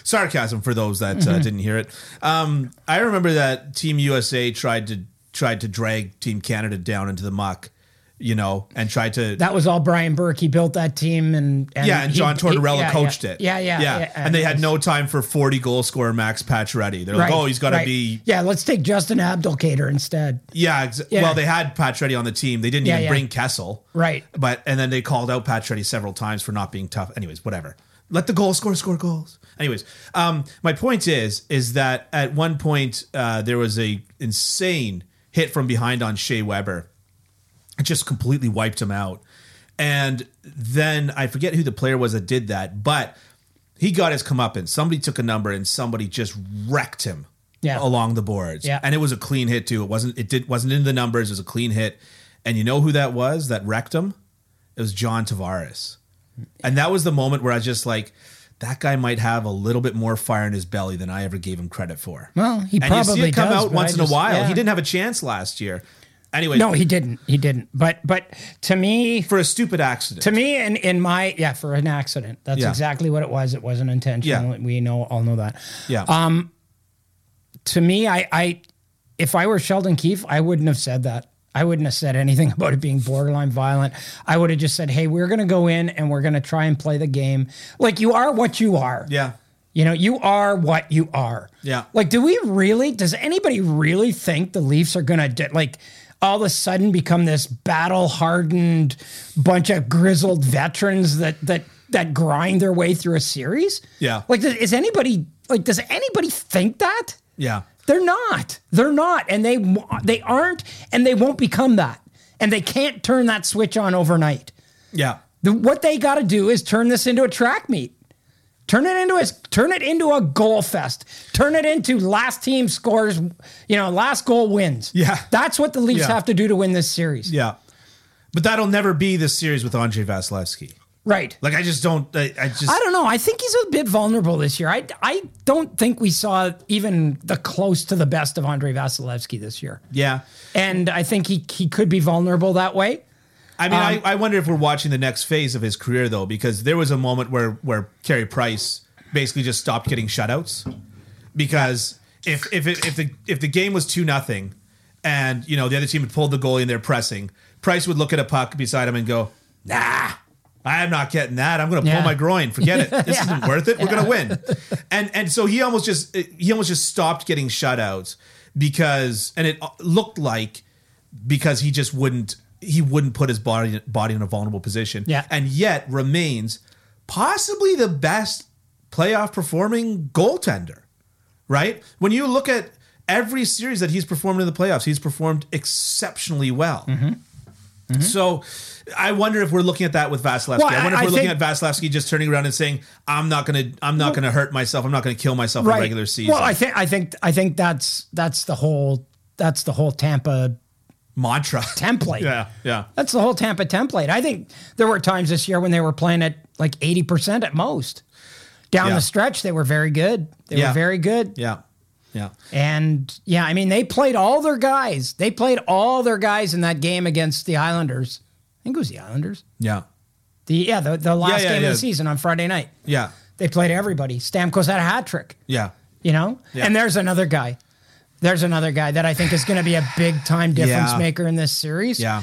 S2: Sarcasm for those that
S3: Mm-hmm.
S2: uh, didn't hear it. Um, I remember that Team USA tried to tried to drag Team Canada down into the muck, you know, and tried to
S3: that was all Brian Burke. He built that team, and,
S2: yeah, and
S3: he-
S2: John
S3: he-
S2: Tortorella
S3: yeah,
S2: coached
S3: yeah.
S2: it.
S3: Yeah, yeah,
S2: yeah, and they had no time for 40 goal scorer Max Pacioretty. They're like,
S3: Right,
S2: oh, he's got to
S3: right.
S2: be
S3: Yeah, let's take Justin Abdulkader instead.
S2: yeah, ex-
S3: Yeah.
S2: Well, they had Pacioretty on the team. They didn't
S3: Yeah,
S2: even
S3: yeah.
S2: bring Kessel,
S3: Right.
S2: But and then they called out Pacioretty several times for not being tough. Anyways, whatever. Let the goal score score goals. Anyways, um, my point is is that at one point uh, there was a insane hit from behind on Shea Weber. It just completely wiped him out. And then I forget who the player was that did that, but he got his comeuppance. Somebody took a number and somebody just wrecked him
S3: Yeah.
S2: along the boards.
S3: Yeah.
S2: And it was a clean hit too. It wasn't it did wasn't in the numbers, it was a clean hit. And you know who that was that wrecked him? It was John Tavares. And that was the moment where I was just like, that guy might have a little bit more fire in his belly than I ever gave him credit for.
S3: Well, he
S2: and you see
S3: probably
S2: it come
S3: does,
S2: out
S3: but
S2: once
S3: I
S2: in a
S3: just-
S2: while.
S3: yeah.
S2: He didn't have a chance last year. Anyway,
S3: No, he didn't. He didn't. But but to me,
S2: for a stupid accident.
S3: to me, in in my yeah, for an accident. That's
S2: Yeah.
S3: exactly what it was. It wasn't intentional.
S2: Yeah.
S3: We know all know that.
S2: yeah.
S3: Um, To me, I I if I were Sheldon Keefe, I wouldn't have said that. I wouldn't have said anything <laughs> about it being borderline violent. I would have just said, "Hey, we're going to go in and we're going to try and play the game. Like you are what you are.
S2: yeah.
S3: You know, you are what you are.
S2: Yeah.
S3: Like, do we really, does anybody really think the Leafs are going to, like, all of a sudden become this battle hardened bunch of grizzled veterans that, that, that grind their way through a series?
S2: Yeah.
S3: Like, does- is anybody, like, does anybody think that?
S2: Yeah.
S3: They're not. They're not. And they, wa- they aren't, and they won't become that. And they can't turn that switch on overnight.
S2: Yeah.
S3: The, what they got to do is turn this into a track meet. Turn it into a turn it into a goal fest. Turn it into last team scores, you know, last goal wins.
S2: Yeah.
S3: That's what the Leafs
S2: Yeah.
S3: have to do to win this series.
S2: Yeah. But that'll never be the series with Andre Vasilevsky.
S3: Right.
S2: Like I just don't I, I just
S3: I don't know. I think he's a bit vulnerable this year. I I don't think we saw even the close to the best of Andre Vasilevsky this year.
S2: yeah.
S3: And I think he he could be vulnerable that way.
S2: I mean, I, I wonder if we're watching the next phase of his career though, because there was a moment where where Carey Price basically just stopped getting shutouts because if if it, if the if the game was two nothing and you know the other team had pulled the goalie and they're pressing, Price would look at a puck beside him and go, Nah, I'm not getting that. I'm going to
S3: Yeah.
S2: pull my groin. Forget it. This isn't worth it. We're going to win. And and so he almost just he almost just stopped getting shutouts because and it looked like because he just wouldn't he wouldn't put his body body in a vulnerable position.
S3: Yeah.
S2: And yet remains possibly the best playoff performing goaltender. Right? When you look at every series that he's performed in the playoffs, he's performed exceptionally well.
S3: Mm-hmm.
S2: So I wonder if we're looking at that with Vasilevsky.
S3: Well,
S2: I wonder if we're
S3: I- I
S2: looking
S3: think-
S2: at Vasilevsky just turning around and saying, "I'm not gonna, I'm not gonna hurt myself. I'm not gonna kill myself in regular season."
S3: Well, I think I think I think that's that's the whole that's the whole Tampa
S2: mantra. <laughs>
S3: template.
S2: yeah, yeah,
S3: That's the whole Tampa template. I think there were times this year when they were playing at like 80% at most. Down
S2: Yeah.
S3: the stretch, they were very good. They
S2: Yeah.
S3: were very good.
S2: yeah, yeah,
S3: And yeah, I mean, they played all their guys. They played all their guys in that game against the Islanders. I think it was the Islanders.
S2: yeah,
S3: The yeah, the, the last
S2: yeah,
S3: game
S2: yeah.
S3: of the season on Friday night.
S2: yeah,
S3: They played everybody. Stamkos had a hat trick
S2: yeah.
S3: you know?
S2: Yeah.
S3: And there's another guy. There's another guy that I think is going to be a big time
S2: <laughs>
S3: difference
S2: Yeah.
S3: maker in this series.
S2: yeah.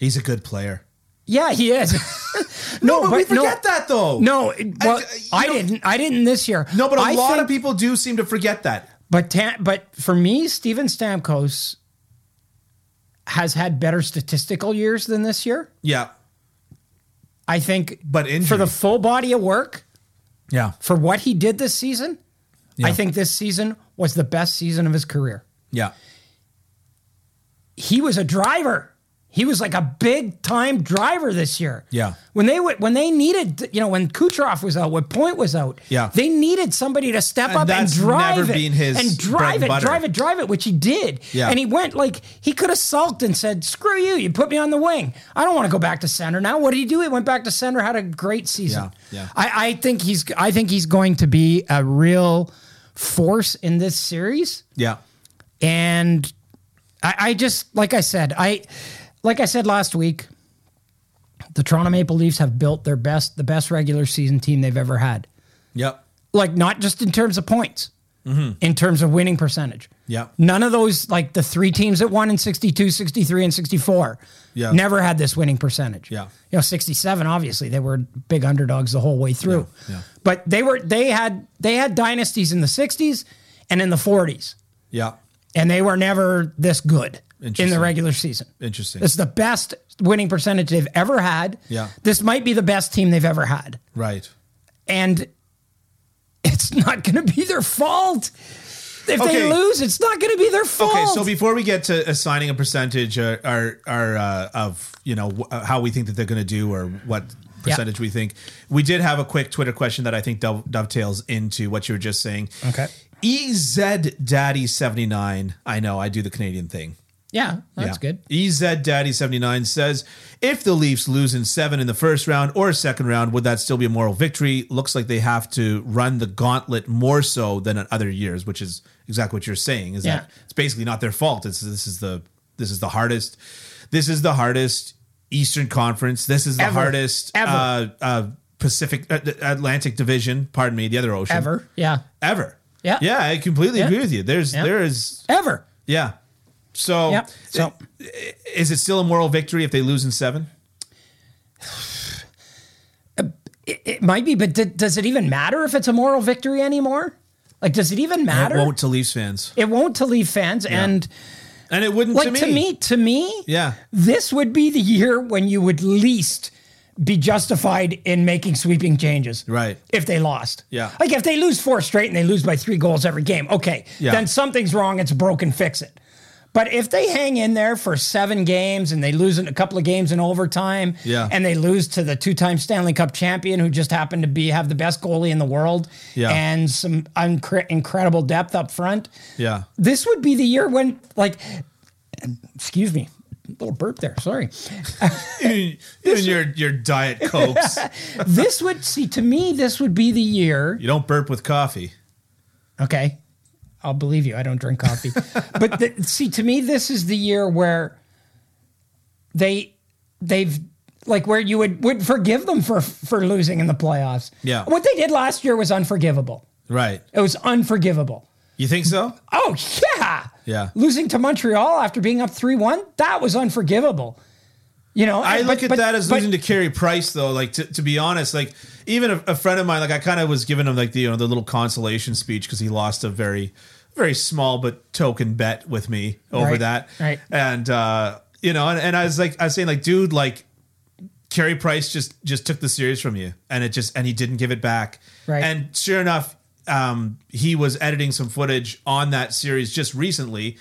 S2: he's a good player.
S3: Yeah, he is. <laughs>
S2: No, but, we forget that though.
S3: No, it- well,
S2: Oh. uh, you
S3: I,
S2: know-
S3: didn't. I didn't this year.
S2: no, but a
S3: a
S2: lot of people do seem to forget that.
S3: But Ta- but for me, Steven Stamkos has had better statistical years than this year.
S2: Yeah,
S3: I think
S2: but injury.
S3: for the full body of work
S2: yeah,
S3: for what he did this season, I think this season was the best season of his career.
S2: Yeah.
S3: He was a driver. He was like a big time driver this year.
S2: Yeah.
S3: When they would, when they needed, you know, when Kucherov was out, when Point was out,
S2: Yeah.
S3: they needed somebody to step
S2: And
S3: up and
S2: that's
S3: drive
S2: never
S3: it
S2: been his
S3: and
S2: bread
S3: drive
S2: and
S3: it,
S2: butter.
S3: drive it, drive it, which he did.
S2: Yeah.
S3: And he went like he could have sulked and said, "Screw you! You put me on the wing. I don't want to go back to center now." What did he do? He went back to center. Had a great season.
S2: Yeah, yeah.
S3: I, I think he's I think he's going to be a real force in this series
S2: Yeah.
S3: and I, I just like I said, I like I said last week, the Toronto Maple Leafs have built their best, the best regular season team they've ever had.
S2: Yep.
S3: Like not just in terms of points, in terms of winning percentage.
S2: Mm-hmm. Yeah.
S3: None of those, like the three teams that won in 62, 63, and 64,
S2: Yeah.
S3: never had this winning percentage.
S2: Yeah.
S3: You know, 67, obviously, they were big underdogs the whole way through.
S2: Yeah, yeah.
S3: But they were, they had, they had dynasties in the 60s and in the 40s
S2: Yeah.
S3: and they were never this good in the
S2: Interesting.
S3: regular season.
S2: Interesting.
S3: It's the best winning percentage they've ever had.
S2: Yeah.
S3: This might be the best team they've ever had.
S2: Right.
S3: And it's not <laughs> going to be their fault. If
S2: Okay.
S3: they lose, it's not going to be their fault.
S2: Okay, so before we get to assigning a percentage uh, or, or uh, of you know wh- uh, how we think that they're going to do or what percentage we think, we did have a quick Twitter question that I think dove- dovetails into what you were just saying.
S3: Okay.
S2: EZ Daddy seventy nine. I know I do the Canadian thing.
S3: yeah, that's
S2: Yeah.
S3: good.
S2: EZ Daddy seventy nine says, if the Leafs lose in seven in the first round or second round, would that still be a moral victory? Looks like they have to run the gauntlet more so than in other years, which is exactly what you're saying. Is that
S3: Yeah.
S2: it's basically not their fault. It's this is the this is the hardest. This is the hardest Eastern Conference. This is the
S3: Ever.
S2: hardest
S3: Ever.
S2: Uh, uh, Pacific uh, Atlantic Division. Pardon me, the other ocean
S3: Ever. Yeah.
S2: ever.
S3: Yeah.
S2: yeah, I completely
S3: Yeah.
S2: agree with you. There's there is
S3: Ever.
S2: yeah. So,
S3: Yep. So-
S2: i- is it still a moral victory if they lose in seven?
S3: It, it might be, but d- does it even matter if it's a moral victory anymore? Like, does it even matter?
S2: It won't to Leafs fans,
S3: It won't to Leaf fans. And
S2: and it wouldn't
S3: like
S2: to me.
S3: to me, to me,
S2: Yeah,
S3: this would be the year when you would least be justified in making sweeping changes.
S2: Right.
S3: If they lost.
S2: Yeah.
S3: Like if they lose four straight and they lose by three goals every game, okay,
S2: Yeah.
S3: then something's wrong. It's broken, fix it. But if they hang in there for seven games and they lose in a couple of games in overtime,
S2: Yeah.
S3: and they lose to the two-time Stanley Cup champion who just happened to be have the best goalie in the world,
S2: Yeah.
S3: and some uncre- incredible depth up front,
S2: yeah, <laughs>
S3: this would be the year when like excuse me little burp there sorry
S2: and your your diet
S3: <laughs>
S2: cokes.
S3: this would see to me this would be the year
S2: you don't burp with coffee.
S3: okay i'll believe you i don't drink coffee but the, see to me this is the year where they they've like where you would would forgive them for for losing in the playoffs
S2: Yeah.
S3: what they did last year was unforgivable
S2: Right?
S3: it was unforgivable
S2: You think so?
S3: Oh yeah.
S2: Yeah.
S3: Losing to Montreal after being up three one, that was unforgivable. You know,
S2: I
S3: and-
S2: look
S3: but-
S2: at
S3: but-
S2: that as
S3: but-
S2: losing to Carey Price, though. Like to, to be honest, like even a, a friend of mine, like I kind of was giving him like the you know the little consolation speech because he lost a very very small but token bet with me over
S3: Right,
S2: that,
S3: right.
S2: And uh, you know, and, and I was like, I was saying like, dude, like Carey Price just just took the series from you, and it just and he didn't give it back.
S3: Right.
S2: And sure enough, um, he was editing some footage on that series just recently,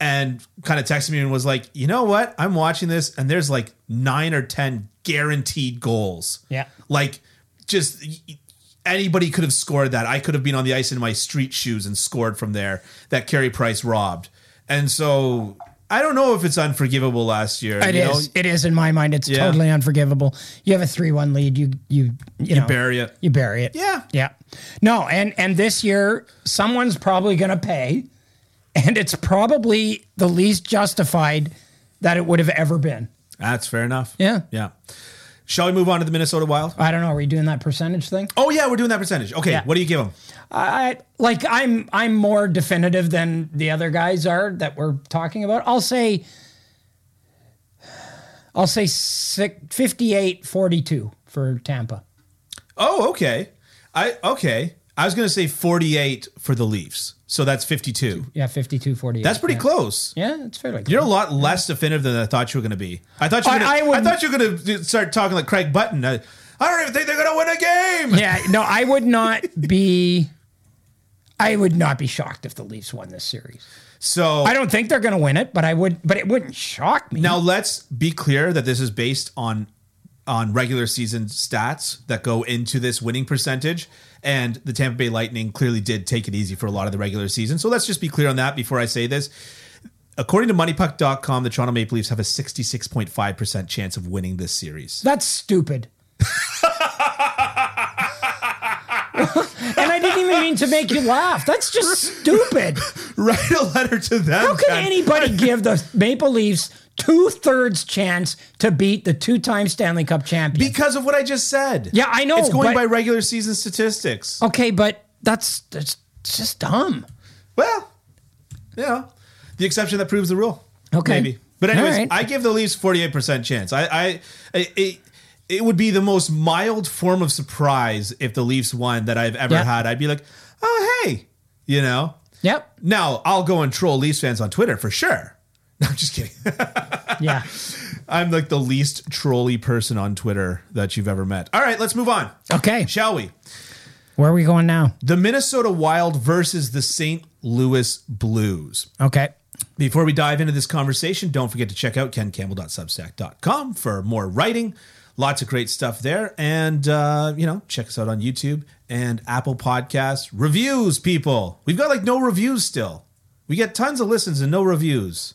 S2: and kind of texted me and was like, "You know what? I'm watching this, and there's like nine or ten guaranteed goals.
S3: Yeah.
S2: Like, just anybody could have scored that. I could have been on the ice in my street shoes and scored from there. That Carey Price robbed, and so." I don't know if it's unforgivable last year.
S3: it
S2: you know?
S3: is. It is in my mind. It's
S2: Yeah.
S3: totally unforgivable. You have a three one lead. You you you, know,
S2: bury it.
S3: You bury it.
S2: Yeah.
S3: Yeah. No, and and this year someone's probably going to pay, and it's probably the least justified that it would have ever been.
S2: That's fair enough.
S3: Yeah.
S2: Yeah. Shall we move on to the Minnesota Wild?
S3: I don't know. Are we doing that percentage thing?
S2: Oh yeah, we're doing that percentage. Okay,
S3: Yeah.
S2: what do you give them?
S3: I like I'm I'm more definitive than the other guys are that we're talking about. I'll say I'll say six, 58 42 for Tampa.
S2: Oh, okay. I okay. I was gonna say forty-eight for the Leafs, so that's fifty-two.
S3: Yeah, 52 48.
S2: That's pretty
S3: yeah.
S2: close.
S3: Yeah, it's fairly close.
S2: You're a lot less definitive than I thought you were gonna be. I thought you were
S3: I-
S2: gonna,
S3: I
S2: I,
S3: wouldn't-
S2: thought you were gonna start talking like Craig Button. I, I don't even think they're gonna win a game.
S3: yeah, no, I would not be I would not be shocked if the Leafs won this series.
S2: So
S3: I don't think they're going to win it, but I would. But it wouldn't shock me.
S2: Now let's be clear that this is based on on regular season stats that go into this winning percentage and the Tampa Bay Lightning clearly did take it easy for a lot of the regular season. So let's just be clear on that before I say this. According to moneypuck.com, the Toronto Maple Leafs have a 66.5% chance of winning this
S3: <laughs>
S2: series.
S3: That's stupid. and I didn't even mean to make you laugh. That's just stupid.
S2: Write a letter to them.
S3: How can
S2: Ken.
S3: anybody give the Maple Leafs two thirds chance to beat the two time Stanley Cup champions?
S2: Because of what I just said.
S3: Yeah, I know,
S2: It's going
S3: but-
S2: by regular season statistics.
S3: okay, but that's that's just dumb.
S2: Well, you know, the exception that proves the rule.
S3: Okay.
S2: Maybe. But anyways,
S3: All right.
S2: I give the Leafs 48% chance. I, I, I it, it would be the most mild form of surprise if the Leafs won that I've ever
S3: Yeah.
S2: had. I'd be like, oh, hey, you know.
S3: Yep.
S2: Now, I'll go and troll Leafs fans on Twitter for sure. <laughs> No, I'm just kidding.
S3: Yeah.
S2: I'm like the least trolly person on Twitter that you've ever met. All right, let's move on,
S3: Okay.
S2: shall we?
S3: Where are we going now?
S2: The Minnesota Wild versus the St. Louis Blues.
S3: Okay.
S2: Before we dive into this conversation, don't forget to check out kencampbell.substack.com for more writing. Lots of great stuff there. And, uh, you know, check us out on YouTube and Apple Podcasts. Reviews, people. We've got like no reviews still. We get tons of listens and no reviews.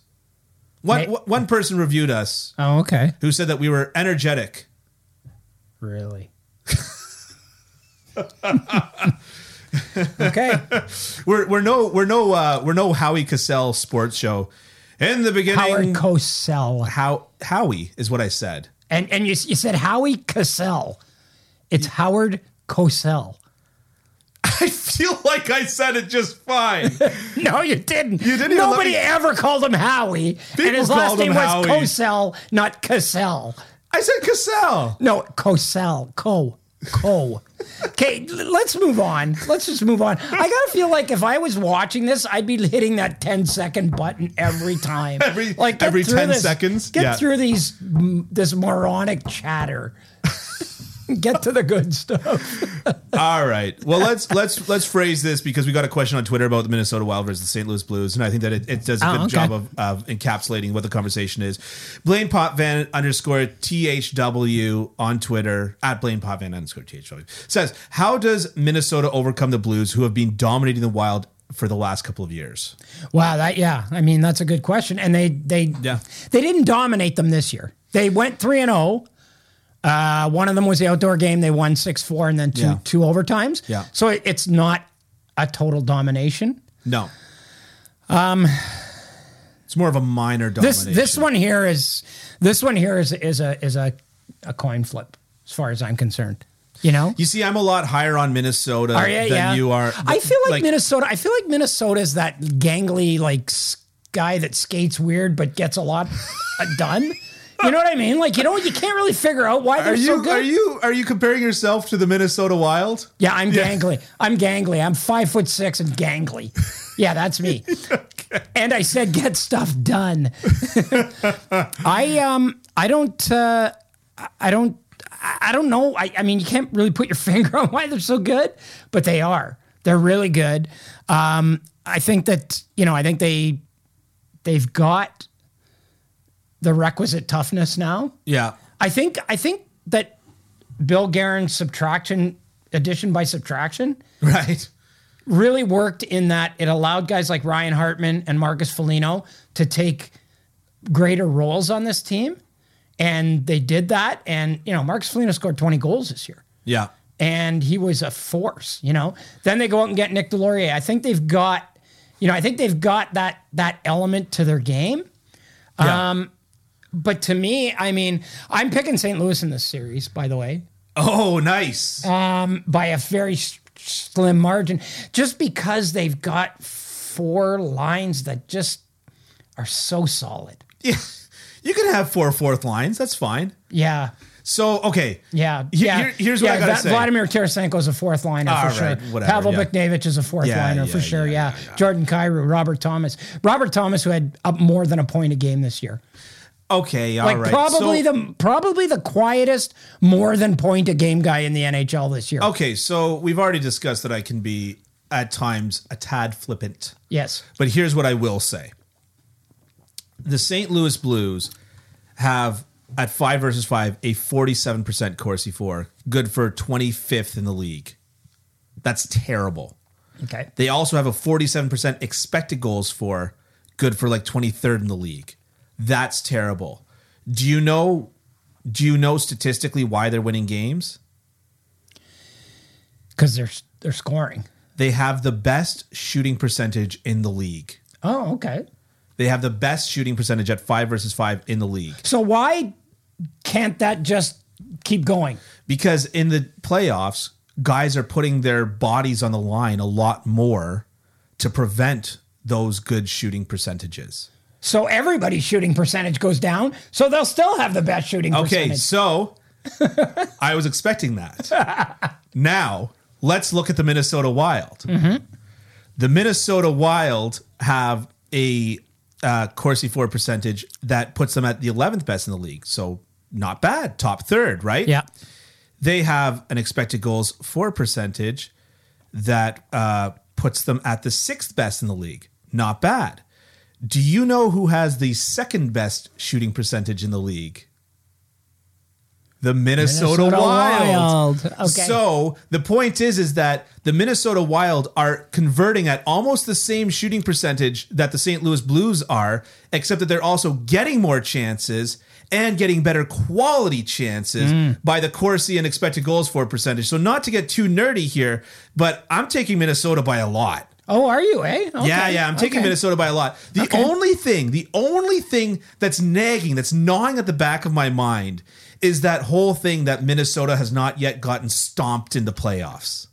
S2: One,
S3: Hey.
S2: one person reviewed us
S3: Oh, okay.
S2: who said that we were energetic.
S3: Really. <laughs> okay.
S2: We're, we're no we're no uh, we're no Howie Cassell sports show. In the
S3: Howard
S2: beginning,
S3: Cosell.
S2: how Howie is what I said. <laughs>
S3: And and you, you said Howie Cosell. It's Howard Cosell.
S2: I feel like I said it just fine.
S3: <laughs> No, you didn't.
S2: You didn't even let
S3: Nobody
S2: me-
S3: ever called him Howie. and his last
S2: called him
S3: name was
S2: Howie.
S3: Cosell, not Cassell.
S2: I said Cassell.
S3: No, Cosell. Co. Co. Okay, l- let's move on. Let's just move on. I gotta feel like if I was watching this, I'd be hitting that 10 second button every time.
S2: <laughs> Every-
S3: like get
S2: every
S3: through
S2: 10
S3: this-
S2: seconds?
S3: Get
S2: Yeah.
S3: through these m- this moronic chatter. <laughs> get to the good stuff.
S2: All right. Well, let's let's let's phrase this because we got a question on Twitter about the Minnesota Wild versus the St. Louis Blues, and I think that it, it does a
S3: Oh,
S2: good
S3: okay.
S2: job of, of encapsulating what the conversation is. Blaine Potvan underscore thw on Twitter at Blaine Potvan underscore thw says, "How does Minnesota overcome the Blues, who have been dominating the Wild for the last couple of years?"
S3: Wow, that yeah. I mean, that's a good question. And they they
S2: Yeah.
S3: they didn't dominate them this year. They went three and zero. Uh, one of them was the outdoor game. They won six four, and then two
S2: Yeah.
S3: two overtimes.
S2: Yeah.
S3: So it- it's not a total domination.
S2: No. Um, it's more of a minor
S3: Um, This
S2: domination.
S3: this one here is this one here is is a is a, a coin flip as far as I'm concerned. You know.
S2: You see, I'm a lot higher on Minnesota
S3: Are
S2: than
S3: you- yeah.
S2: you are.
S3: I feel
S2: Minnesota.
S3: like, Minnesota. I feel like Minnesota is that gangly like s- guy that skates weird but gets a lot uh, done. You know what I mean? Like you don't. You can't really figure out why they're
S2: Are you
S3: so good.
S2: are you are you comparing yourself to the Minnesota Wild?
S3: yeah, I'm gangly. I'm gangly. I'm five foot six and gangly. Yeah, that's me. And I said, get stuff done. <laughs> I um I don't uh I- I don't I I don't know. I, I mean you can't really put your <laughs> finger on why they're so good, but they are. They're really good. Um I think that, you know, I think they they've got the requisite toughness now.
S2: Yeah.
S3: I think I think that Bill Guerin's subtraction addition by subtraction
S2: Right.
S3: really worked in that it allowed guys like Ryan Hartman and Marcus Foligno to take greater roles on this team. And they did that. And, you know, Marcus Foligno scored 20 goals this year.
S2: Yeah.
S3: And he was a force, you know. Then they go out and get Nick Delorier. I think they've got, you know, I think they've got that that element to their game. Um,
S2: Yeah.
S3: But to me, I mean, I'm picking St. Louis in this series, by the way.
S2: oh, nice.
S3: Uh. by a very s- slim margin just because they've got four lines that just are so solid.
S2: yeah. You can have four fourth lines. That's fine.
S3: Yeah.
S2: So okay.
S3: Yeah.
S2: He-
S3: yeah.
S2: here- here's what I gotta
S3: Va-
S2: say.
S3: Vladimir Tarasenko is a fourth liner
S2: All
S3: for
S2: right,
S3: sure.
S2: whatever,
S3: Pavel
S2: yeah.
S3: Biknevich is a fourth
S2: Yeah,
S3: liner
S2: yeah,
S3: for sure.
S2: yeah,
S3: Yeah.
S2: yeah, yeah.
S3: Jordan Cairo, Robert Thomas. Robert Thomas, who had up more than a point a game this year.
S2: Okay. all right.
S3: Like probably
S2: So-
S3: the probably the quietest more than point a game guy in the NHL this year.
S2: Oh. Okay, so we've already discussed that I can be at times a tad flippant.
S3: Yes.
S2: But here's what I will say the St. Louis Blues have at five versus five a 47% Corsi four, good for 25th in the league. That's terrible.
S3: Okay.
S2: They also have a 47% expected goals for, good for like 23rd in the league. That's terrible. Do you know do you know statistically why they're winning games?
S3: Because they're they're scoring.
S2: They have the best shooting percentage in the league.
S3: Oh, okay.
S2: They have the best shooting percentage at 5 versus 5 in the league.
S3: So why can't that just keep going?
S2: because in the playoffs, guys are putting their bodies on the line a lot more to prevent those good shooting percentages.
S3: So everybody's shooting percentage goes down. So they'll still have the best shooting
S2: Okay,
S3: percentage.
S2: so I was expecting that. now, let's look at the Minnesota Wild. The Minnesota Wild have a uh, Corsi 4 percentage that puts them at the 11th best in the league. So, not bad. Top third, right?
S3: Yeah.
S2: they have an expected goals for percentage that uh, puts them at the sixth best in the league. Not bad. Do you know who has the second best shooting percentage in the league? The Minnesota,
S3: Minnesota
S2: Wild.
S3: Wild. Okay.
S2: So the point is, is that the Minnesota Wild are converting at almost the same shooting percentage that the St. Louis Blues are, except that they're also getting more chances and getting better quality chances by the Corsi and expected goals for percentage. So not to get too nerdy here, but I'm taking Minnesota by a lot.
S3: Oh, are you, eh? Okay.
S2: Yeah, yeah, I'm taking
S3: Okay.
S2: Minnesota by a lot. The only thing, the only thing that's nagging, that's gnawing at the back of my mind is that whole thing that Minnesota has not yet gotten stomped in the playoffs.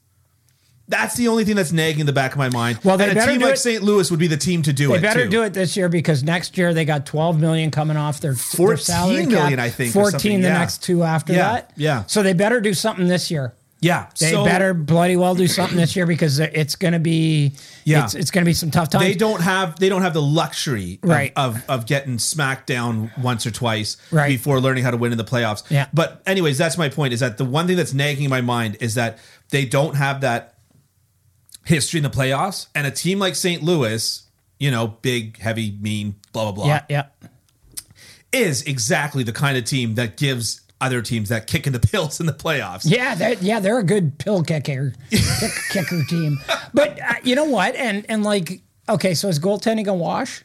S2: That's the only thing that's nagging the back of my mind.
S3: Well, they
S2: and a
S3: better
S2: team
S3: do
S2: like
S3: it-
S2: St. Louis would be the team to do it.
S3: They better
S2: too.
S3: do it this year because next year they got 12 million coming off their,
S2: 14
S3: their salary cap,
S2: million, I think, or
S3: 14
S2: something,
S3: the
S2: yeah.
S3: next two after
S2: Yeah,
S3: that.
S2: yeah.
S3: So they better do something this year.
S2: Yeah,
S3: They
S2: so
S3: better bloody well do something this year because it's going to be
S2: Yeah.
S3: it's, it's going to be some tough times.
S2: They don't have they don't have the luxury of-
S3: Right.
S2: of, of getting smacked down once or twice
S3: Right.
S2: before learning how to win in the playoffs.
S3: Yeah.
S2: But anyways, that's my point. Is that the one thing that's nagging my mind is that they don't have that history in the playoffs, and a team like St. Louis, you know, big, heavy, mean, blah blah blah,
S3: Yeah, yeah.
S2: is exactly the kind of team that gives other teams that kick in the <laughs> pills in the playoffs.
S3: Yeah, they're, yeah, they're a good pill kicker,
S2: <laughs>
S3: kick, kicker team. But uh, you know what? And and like, okay, so is goaltending a wash?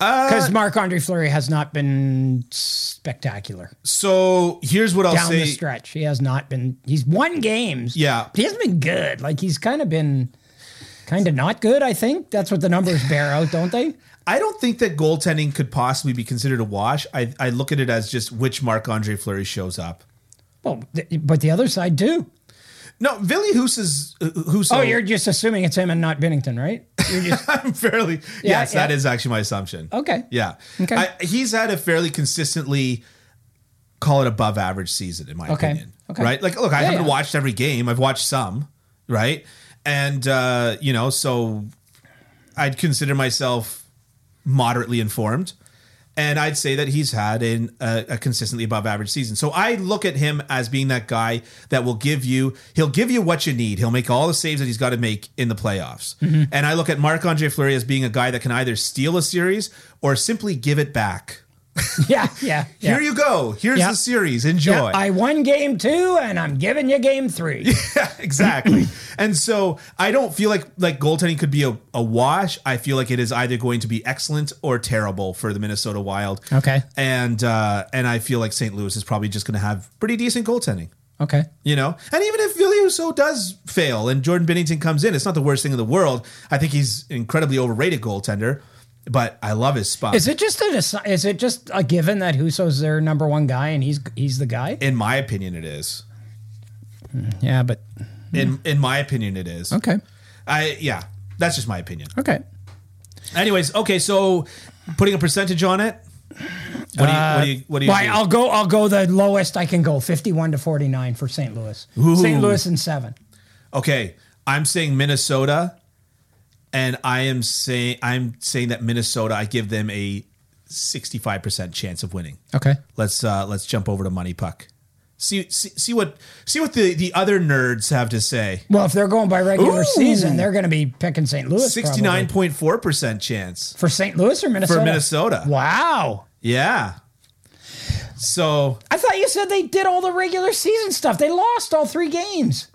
S2: Uh,
S3: Because Marc Andre Fleury has not been spectacular
S2: So here's what I'll
S3: down
S2: say.
S3: the stretch. He has not been. He's won games.
S2: Yeah.
S3: but he hasn't been good. Like he's kind of been, kind of not good. I think that's what the numbers bear out, don't they? <laughs>
S2: I don't think that goaltending could possibly be considered a wash. I, I look at it as just which Marc Andre Fleury shows up.
S3: Well, th- but the other side too.
S2: No, Billy Hoos is uh, Hoos.
S3: Oh, you're just assuming it's him and not
S2: <laughs>
S3: Bennington, right? You're just
S2: I'm <laughs> fairly
S3: Yeah,
S2: yes. That
S3: yeah.
S2: is actually my assumption.
S3: okay.
S2: Yeah.
S3: Okay.
S2: I, he's had a fairly consistently call it above average season in my
S3: Okay.
S2: opinion.
S3: Okay.
S2: Right. Like, look, I
S3: Yeah,
S2: haven't
S3: yeah.
S2: watched every game. I've watched some. Right. And uh, you know, so I'd consider myself moderately informed. And I'd say that he's had an, a, a consistently above average season. So I look at him as being that guy that will give you, he'll give you what you need. He'll make all the saves that he's got to make in the playoffs.
S3: Mm-hmm.
S2: And I look at Marc Andre Fleury as being a guy that can either steal a series or simply give it back.
S3: Yeah, yeah. yeah.
S2: Here you go. Here's
S3: Yeah.
S2: the series. Enjoy.
S3: Yeah, I won game two, and I'm giving you game three.
S2: exactly. <clears throat> and so I don't feel like like goaltending could be a, a wash. I feel like it is either going to be excellent or terrible for the Minnesota Wild.
S3: <laughs> Okay.
S2: And uh, and I feel like St. Louis is probably just going to have pretty decent goaltending.
S3: okay.
S2: You know, and even if Villiuso does fail and Jordan Bennington comes in, it's not the worst thing in the world. I think he's an incredibly overrated goaltender, but I love his spot.
S3: Is it just an assi- is it just a given that Huso's their number one guy and he's he's the guy?
S2: in my opinion, it is.
S3: yeah, but
S2: In in my opinion, it is.
S3: okay,
S2: I yeah, that's just my opinion.
S3: okay.
S2: Anyways, okay, so putting a percentage on it. What do you? what do you? What do you?
S3: Uh, Why
S2: do?
S3: I'll go I'll go the lowest I can go fifty one to forty nine for St. Louis. St. Louis in seven.
S2: okay, I'm saying Minnesota, and I am saying I'm saying that Minnesota. I give them a 65 percent chance of winning.
S3: Okay.
S2: Let's uh let's jump over to Money Puck. See, see, see what see what the, the other nerds have to say.
S3: Well, if they're going by regular
S2: Ooh.
S3: season, they're going to be picking St. Louis.
S2: Sixty
S3: probably.
S2: nine point four percent chance
S3: for St. Louis or Minnesota?
S2: for Minnesota.
S3: Wow.
S2: Yeah. So
S3: I thought you said they did all the regular season stuff. They lost all three games.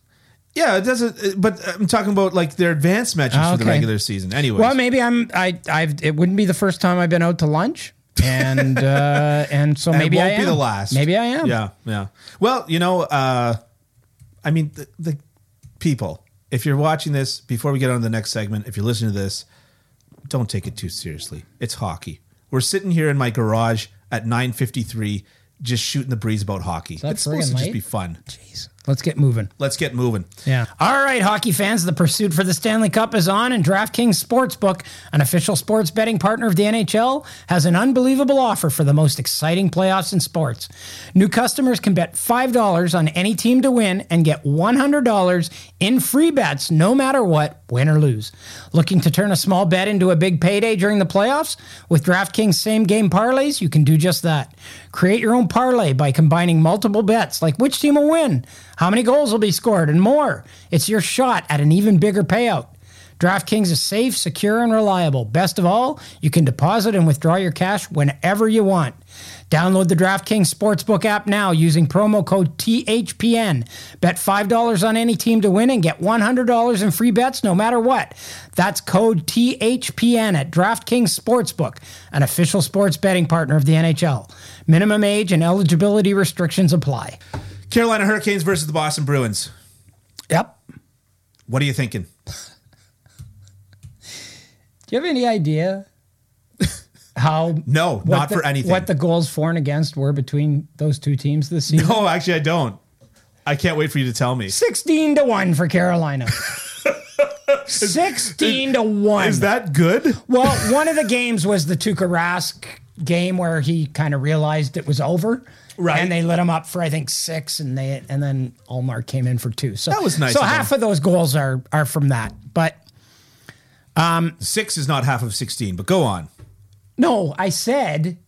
S2: yeah, it doesn't. uh, But I'm talking about like their advanced matches for the
S3: Okay.
S2: regular season. Anyways,
S3: Well, maybe I'm. I. I've. It wouldn't be the first time I've been out to lunch, and uh, and
S2: <laughs>
S3: so
S2: And
S3: maybe
S2: it won't
S3: I
S2: be
S3: am.
S2: the last.
S3: Maybe I am.
S2: Yeah, yeah. Well, you know, uh, I mean, the, the people. If you're watching this, before we get on to the next segment, if you're listening to this, don't take it too seriously. It's hockey. We're sitting here in my garage at 9:53, just shooting the breeze about hockey.
S3: that
S2: It's supposed
S3: friggin'
S2: to just
S3: late?
S2: be fun.
S3: Jeez. Let's get moving.
S2: Let's get moving.
S3: Yeah. All right, hockey fans, the pursuit for the Stanley Cup is on, and DraftKings Sportsbook, an official sports betting partner of the NHL, has an unbelievable offer for the most exciting playoffs in sports. New customers can bet $5 on any team to win and get $100 in free bets no matter what, win or lose. Looking to turn a small bet into a big payday during the playoffs? With DraftKings same game parlays, you can do just that. Create your own parlay by combining multiple bets, like which team will win, how many goals will be scored, and more. It's your shot at an even bigger payout. DraftKings is safe, secure, and reliable. Best of all, you can deposit and withdraw your cash whenever you want. Download the DraftKings Sportsbook app now using promo code THPN. Bet $5 on any team to win and get $100 in free bets no matter what. That's code THPN at DraftKings Sportsbook, an official sports betting partner of the NHL. Minimum age and eligibility restrictions apply.
S2: Carolina Hurricanes versus the Boston Bruins.
S3: Yep.
S2: What are you thinking?
S3: Do you have any
S2: <laughs>
S3: idea how?
S2: No,
S3: what
S2: not
S3: the-
S2: for anything.
S3: What the goals for and against were between those two teams this season?
S2: No, actually, I don't. I can't wait for you to tell me.
S3: Sixteen to one
S2: <laughs>
S3: for Carolina. Sixteen to one.
S2: Is that good?
S3: well, one of the games was the Tuukka Rask game where he kind of realized it was over.
S2: Right.
S3: And they lit him up for I think six, and they and then Allmark came in for two. So
S2: That was nice
S3: So
S2: of him.
S3: half of those goals are are from that, but
S2: Six is not half of 16, but go on.
S3: no, I said.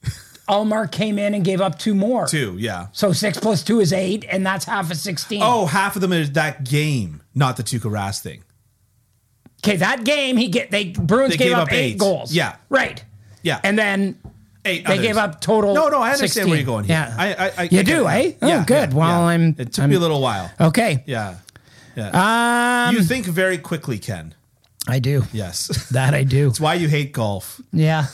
S3: Allmark came in and gave up two more.
S2: Two, yeah.
S3: So six plus two is eight, and that's half of sixteen.
S2: Oh, half of them is that game, not the Tuukka Rask thing.
S3: okay. That game, he get they Bruins
S2: They
S3: gave,
S2: gave
S3: up
S2: up
S3: eight,
S2: eight.
S3: goals.
S2: Yeah.
S3: right.
S2: Yeah.
S3: and then
S2: Eight
S3: they
S2: others.
S3: gave up total.
S2: No, no, I understand
S3: 16.
S2: where you're going here.
S3: Yeah,
S2: I, I, I
S3: you
S2: I
S3: do,
S2: get
S3: eh?
S2: it now.
S3: Oh, good.
S2: yeah,
S3: Well,
S2: yeah.
S3: I'm.
S2: It took
S3: I'm-
S2: me a little while.
S3: Okay.
S2: Yeah. Yeah.
S3: Um,
S2: you think very quickly, Ken.
S3: I do
S2: Yes. <laughs>
S3: that. I do.
S2: That's why you hate golf.
S3: <laughs> Yeah.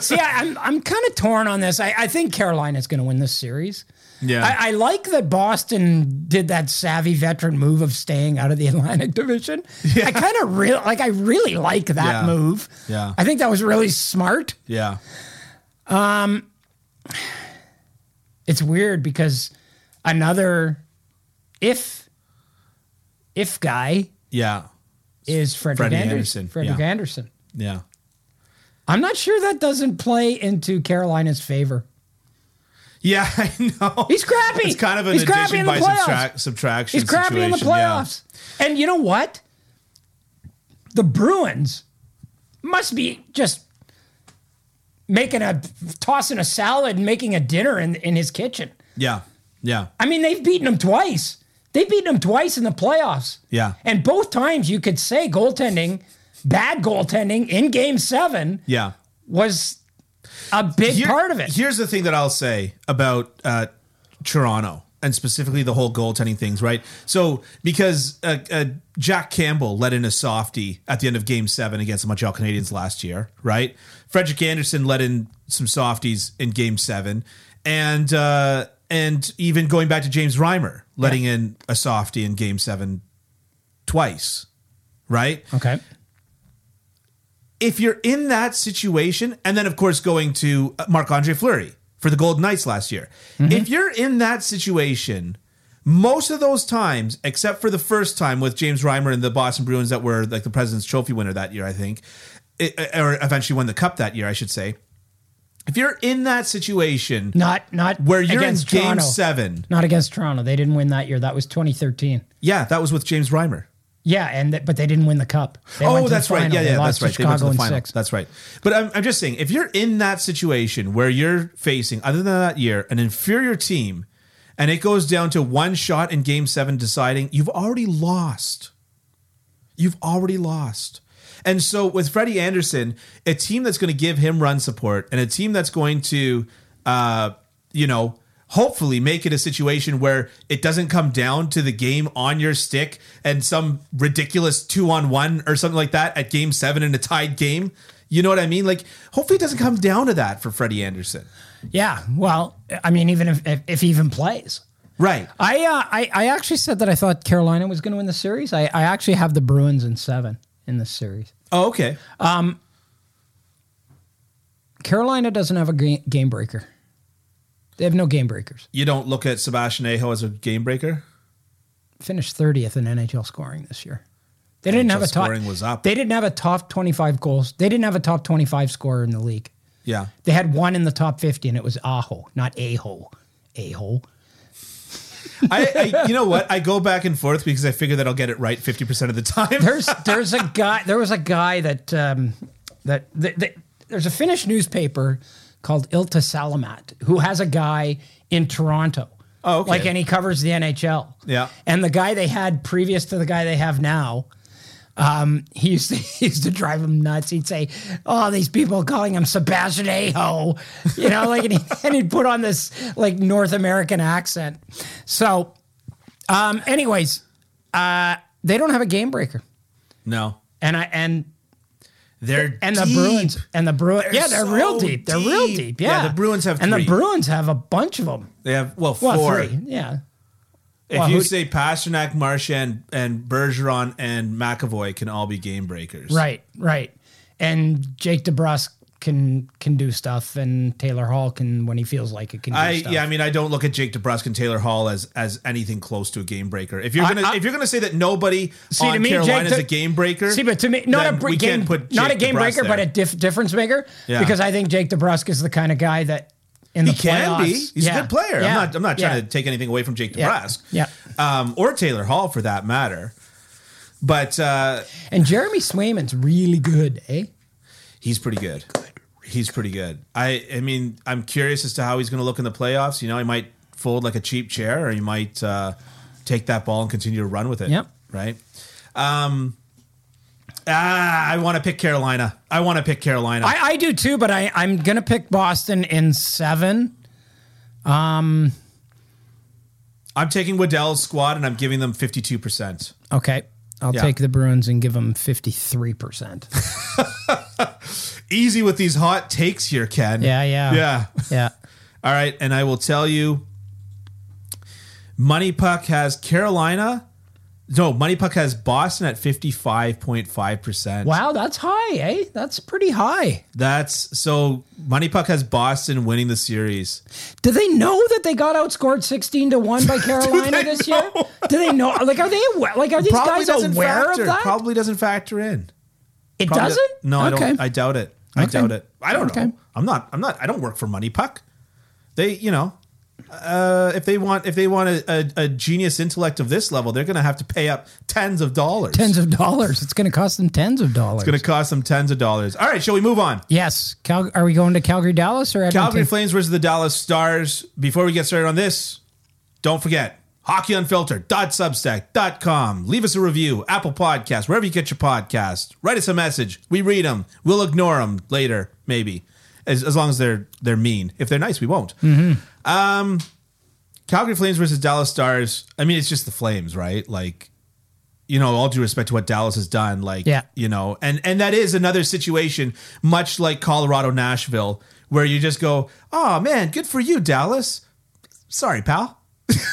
S3: See, I, I'm I'm kind of torn on this. I, I think Carolina's going to win this series.
S2: Yeah.
S3: I, I like that Boston did that savvy veteran move of staying out of the <laughs> Atlantic Division. I kind of real like I really like
S2: Yeah.
S3: that move.
S2: Yeah.
S3: I think that was really smart.
S2: yeah.
S3: It's weird because another if if guy
S2: Yeah.
S3: is Frederick
S2: Freddie
S3: Anderson.
S2: Anderson,
S3: Frederick
S2: yeah.
S3: Anderson.
S2: Yeah.
S3: I'm not sure that doesn't play into Carolina's favor.
S2: Yeah, <laughs> I know.
S3: He's crappy.
S2: It's kind of an
S3: He's crappy
S2: addition
S3: in the
S2: by
S3: playoffs.
S2: subtract, subtraction.
S3: He's crappy in the
S2: situation, yeah.
S3: playoffs. And you know what? The Bruins must be just making a tossing a salad and making a dinner in in his kitchen.
S2: Yeah. Yeah.
S3: I mean, they've beaten him twice. They've beaten him twice in the playoffs.
S2: Yeah.
S3: And both times you could say goaltending, bad goaltending in game seven
S2: Yeah.
S3: was a big
S2: Here-
S3: part of it.
S2: Here's the thing that I'll say about uh, Toronto and specifically the whole goaltending things, right? So because uh, uh, Jack Campbell let in a softie at the end of Game Seven against the Montreal Canadiens last year, right? Frederick Anderson let in some softies in Game Seven, and uh, and even going back to James Reimer letting in a softie in Game Seven twice, right?
S3: okay.
S2: if you're in that situation, and then of course going to Marc Andre Fleury for the Golden Knights last year,
S3: Mm-hmm.
S2: if you're in that situation, most of those times, except for the first time with James Reimer and the Boston Bruins that were like the President's Trophy winner that year, I think, it- or eventually won the Cup that year, I should say. If you're in that situation
S3: Not not
S2: where you're in
S3: against
S2: Game
S3: Toronto.
S2: Seven,
S3: Not against Toronto. They didn't win that year. That was 2013.
S2: yeah, that was with James Reimer.
S3: Yeah, and th- but they didn't win the cup. They went
S2: oh,
S3: to the
S2: that's right.
S3: final.
S2: Yeah,
S3: They
S2: yeah,
S3: lost
S2: that's right.
S3: To
S2: they went
S3: Chicago
S2: to the
S3: in
S2: final.
S3: six.
S2: That's right. But I'm, I'm just saying, if you're in that situation where you're facing, other than that year, an inferior team, and it goes down to one shot in game seven deciding you've already lost. You've already lost. And so with Freddie Anderson, a team that's going to give him run support and a team that's going to, uh, you know, hopefully make it a situation where it doesn't come down to the game on your stick and some ridiculous two on one or something like that at game seven in a tied game. You know what I mean? Like, hopefully it doesn't come down to that for Freddie Anderson.
S3: Yeah. Well, I mean, even if, if, if he even plays.
S2: Right.
S3: I, uh, I I actually said that I thought Carolina was going to win the series. I, I actually have the Bruins in seven in this series.
S2: Oh, okay.
S3: Carolina doesn't have a ga- game breaker. They have no game breakers.
S2: You don't look at Sebastian Aho as a game breaker?
S3: Finished thirtieth in NHL scoring this year. They didn't have a
S2: NHL
S3: top.
S2: scoring was up.
S3: They didn't have a top twenty-five goals. They didn't have a top twenty-five scorer in the league.
S2: Yeah.
S3: They had one in the top fifty, and it was Aho, not Aho. Aho.
S2: I,
S3: <laughs>
S2: I you know what? I go back and forth because I figure that I'll get it right 50% of the time. <laughs>
S3: there's there's a guy there was a guy that um, that, that, that there's a Finnish newspaper called Ilta Salamat who has a guy in Toronto.
S2: Oh, okay.
S3: Like and he covers the NHL.
S2: Yeah.
S3: And the guy they had previous to the guy they have now. Um, he used to <laughs> he used to drive him nuts. He'd say, "Oh, these people calling him Sebastian Aho," you know, like, and, he, <laughs> and he'd put on this like North American accent. So, um, anyways, uh, they don't have a game breaker
S2: No.
S3: and I and
S2: They're
S3: and the
S2: deep.
S3: Bruins and the Bruins. Yeah, they're
S2: so
S3: real deep. They're real
S2: deep.
S3: deep.
S2: Yeah,
S3: Yeah.
S2: the Bruins have
S3: and
S2: three.
S3: the Bruins have a bunch of them.
S2: They have well,
S3: Well,
S2: four.
S3: three. Yeah.
S2: If
S3: Well,
S2: you
S3: who-
S2: say Pasternak, Marchand, and Bergeron and McAvoy can all be game breakers,
S3: Right. Right. And Jake DeBrusque can can do stuff, and Taylor Hall can when he feels like it can. Do
S2: I
S3: stuff.
S2: yeah, I mean, I don't look at Jake DeBrusque and Taylor Hall as as anything close to a game breaker. If you're gonna
S3: I-
S2: if you're gonna say that nobody on
S3: to me,
S2: Carolina is
S3: Jake De-
S2: a game breaker,
S3: See, but to me, not a
S2: then
S3: br-
S2: we
S3: game,
S2: can't put
S3: not a
S2: Jake
S3: game
S2: DeBrusque
S3: breaker, but
S2: there.
S3: a diff- difference maker.
S2: Yeah.
S3: Because I think Jake DeBrusque is the kind of guy that in the
S2: he can be.
S3: playoffs-
S2: He's
S3: Yeah.
S2: a good player.
S3: Yeah.
S2: I'm not I'm not trying
S3: Yeah.
S2: to take anything away from Jake
S3: Yeah.
S2: DeBrusque,
S3: Yeah.
S2: um, or Taylor Hall for that matter. But uh,
S3: And Jeremy Swayman's really good, eh?
S2: he's pretty good. He's pretty good. I I mean, I'm curious as to how he's going to look in the playoffs. You know, he might fold like a cheap chair, or he might uh, take that ball and continue to run with it.
S3: Yep.
S2: Right. Um. Ah, I want to pick Carolina. I want to pick Carolina.
S3: I, I do too, but I, I'm gonna pick Boston in seven.
S2: I'm taking Waddell's squad, and I'm giving them 52. percent
S3: Okay. I'll
S2: Yeah.
S3: take the Bruins and give
S2: <laughs>
S3: them 53%.
S2: Easy with these hot takes here, Ken.
S3: Yeah, yeah.
S2: yeah.
S3: yeah.
S2: All right, and I will tell you Money Puck has Carolina. No, Money Puck has Boston at 55.5%.
S3: Wow, that's high, eh? That's pretty high.
S2: That's so Money Puck has Boston winning the series.
S3: Do they know that they got outscored 16 to
S2: <laughs>
S3: 1 by Carolina this year? Do they know? Like, are they aware? Like, are these guys aware
S2: factor,
S3: of that?
S2: Probably doesn't factor in.
S3: it
S2: Probably-
S3: doesn't?
S2: No, I
S3: Okay.
S2: don't I doubt it. I
S3: Okay.
S2: doubt it. I don't
S3: Okay.
S2: know. I'm not I'm not I don't work for Money Puck. They, you know, uh, if they want if they want a, a, a genius intellect of this level, they're gonna have to pay up tens of dollars.
S3: tens of dollars. It's going to cost them tens of dollars.
S2: It's going to cost them tens of dollars. All right, shall we move on?
S3: yes. Cal- are we going to Calgary, Dallas, or Edmonton?
S2: Calgary Flames versus the Dallas Stars. Before we get started on this, don't forget hockeyunfiltered.substack.com. Leave us a review, Apple Podcast, wherever you get your podcast. Write us a message. We read them. We'll ignore them later, maybe, as, as long as they're they're mean. If they're nice, we won't. Um, Calgary Flames versus Dallas Stars. I mean, it's just the Flames, right? Like, you know, all due respect to what Dallas has done, like,
S3: Yeah.
S2: you know, and and that is another situation, much like Colorado Nashville, where you just go, oh man, good for you, Dallas. Sorry, pal. <laughs>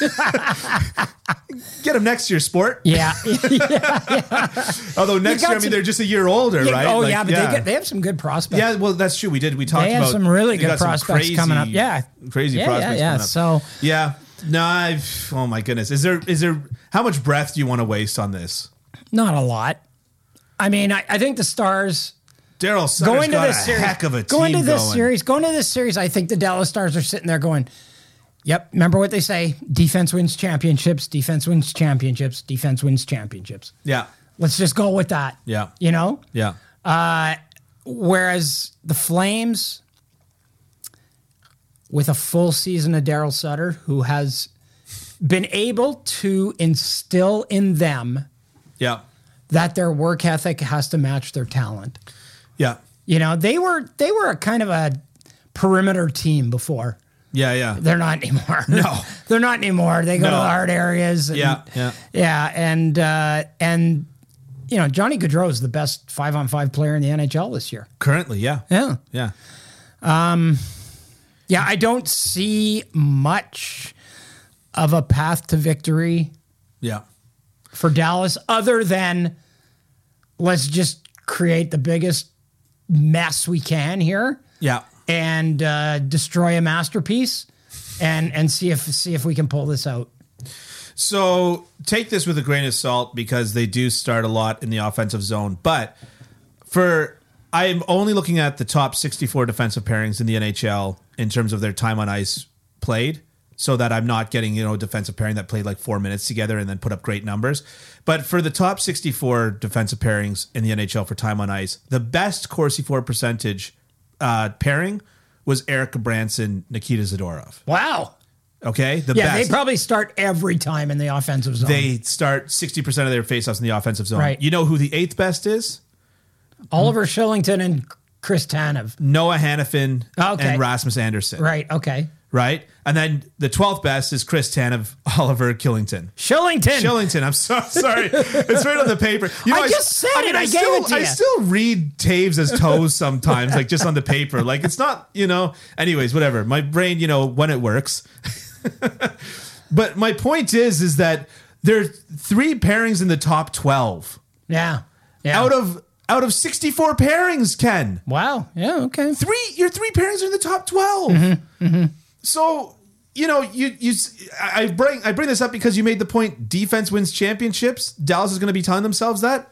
S2: Get them next year, sport.
S3: Yeah.
S2: Although next year, I
S3: got
S2: mean,
S3: some-
S2: they're just a year older, <laughs> right?
S3: Oh,
S2: Like,
S3: yeah, but They, get, they have some good prospects.
S2: yeah, well, that's true. We did. We talked
S3: They have
S2: about
S3: some really
S2: they
S3: good
S2: got some
S3: prospects coming up. Yeah.
S2: crazy
S3: Yeah, yeah,
S2: prospects.
S3: yeah.
S2: coming up.
S3: So-
S2: yeah, no, I've. Oh my goodness, is there is there how much breath do you want to waste on this?
S3: Not a lot. I mean, I, I think the Stars
S2: Daryl Sutter's
S3: going to
S2: got
S3: this
S2: a
S3: series.
S2: heck of a
S3: going
S2: team
S3: to this
S2: going.
S3: series. Going to this series, I think the Dallas Stars are sitting there going, "Yep, remember what they say: defense wins championships, defense wins championships, defense wins championships."
S2: Yeah,
S3: Let's just go with that.
S2: Yeah.
S3: you know.
S2: yeah,
S3: Whereas the Flames, with a full season of Daryl Sutter, who has been able to instill in them
S2: Yeah.
S3: that their work ethic has to match their talent.
S2: Yeah.
S3: You know, they were they were a kind of a perimeter team before.
S2: Yeah. Yeah.
S3: They're not anymore.
S2: No.
S3: <laughs> they're not anymore. They go to
S2: No.
S3: the hard areas. And,
S2: Yeah, yeah.
S3: yeah, and uh, and you know Johnny Gaudreau is the best five on five player in the NHL this year.
S2: Currently, yeah.
S3: Yeah,
S2: Yeah.
S3: yeah. I don't see much of a path to victory
S2: Yeah.
S3: for Dallas other than let's just create the biggest mess we can here
S2: Yeah.
S3: and uh, destroy a masterpiece and and see if see if we can pull this out.
S2: So take this with a grain of salt because they do start a lot in the offensive zone. But for I am only looking at the top 64 defensive pairings in the NHL in terms of their time on ice played, so that I'm not getting you know a defensive pairing that played like four minutes together and then put up great numbers. But for the top 64 defensive pairings in the NHL for time on ice, the best Corsi four percentage uh, pairing was Eric Branson, Nikita Zadorov.
S3: Wow.
S2: Okay, the
S3: Yeah,
S2: best.
S3: they probably start every time in the offensive zone.
S2: they start 60% of their faceoffs in the offensive zone.
S3: Right.
S2: You know who the eighth best is?
S3: Oliver Shillington and Chris Tanev.
S2: Noah Hannafin
S3: Ah, Okay.
S2: and Rasmus Anderson.
S3: Right. Okay.
S2: Right? And then the 12th best is Chris Tanev, <laughs> Oliver Killington.
S3: Shillington.
S2: Shillington, I'm so <laughs> sorry. it's right on the paper. You
S3: I just said it. I gave
S2: still,
S3: it to
S2: I
S3: you.
S2: still read Taves as toes sometimes, like just on the paper. Like it's not, you know. Anyways, whatever. My brain, you know, when it works. <laughs> but my point is, is that there are three pairings in the top 12.
S3: yeah. Yeah.
S2: out of out of 64 pairings ken
S3: wow. Yeah. Okay.
S2: three your three pairings are in the top 12
S3: Mm-hmm,
S2: so you know you you s- I I bring i bring this up because you made the point defense wins championships dallas is going to be telling themselves that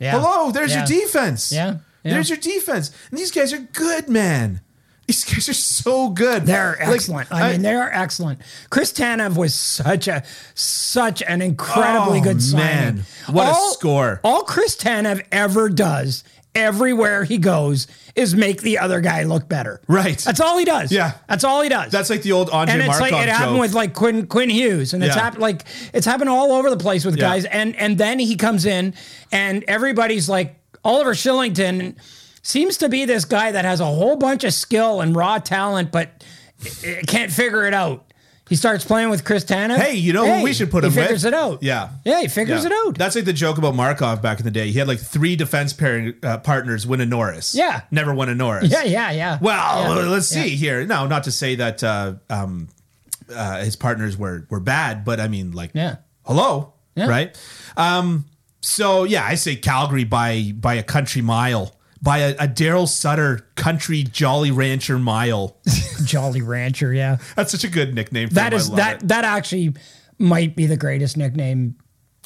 S3: Yeah.
S2: hello there's
S3: Yeah.
S2: your defense
S3: Yeah, yeah.
S2: there's your defense and these guys are good man these guys are so good
S3: They're
S2: Like,
S3: excellent. I, mean, they are excellent. Chris Tanev was such a such an incredibly
S2: Oh,
S3: good signing.
S2: man. What a score.
S3: All Chris Tanev ever does everywhere he goes is make the other guy look better.
S2: Right.
S3: That's all he does.
S2: Yeah.
S3: That's all he does.
S2: that's like the old andre
S3: and it's
S2: markov
S3: like it happened
S2: joke.
S3: with like Quinn Quinn Hughes, and it's
S2: Yeah.
S3: happened like it's happened all over the place with
S2: Yeah.
S3: guys. And and then he comes in, and everybody's like Oliver Shillington seems to be this guy that has a whole bunch of skill and raw talent, but i- i- can't figure it out. He starts playing with Chris Tanev.
S2: Hey, you know who we should put
S3: he
S2: him with?
S3: Figures it out.
S2: Yeah.
S3: yeah, he figures
S2: Yeah.
S3: it out.
S2: That's like the joke about Markov back in the day. He had like three defense pairing uh, partners win a Norris.
S3: Yeah.
S2: Never won a Norris.
S3: yeah, yeah, yeah.
S2: Well, uh,
S3: Yeah.
S2: let's see here. No, not to say that uh, um, uh, his partners were were bad, but I mean, like,
S3: Yeah.
S2: hello, right? Um, so yeah, I say Calgary by by a country mile, by a, a Daryl Sutter country Jolly Rancher mile. <laughs>
S3: Jolly Rancher. Yeah,
S2: That's such a good nickname. For
S3: that
S2: him. I
S3: is
S2: love
S3: that
S2: it.
S3: that actually might be the greatest nickname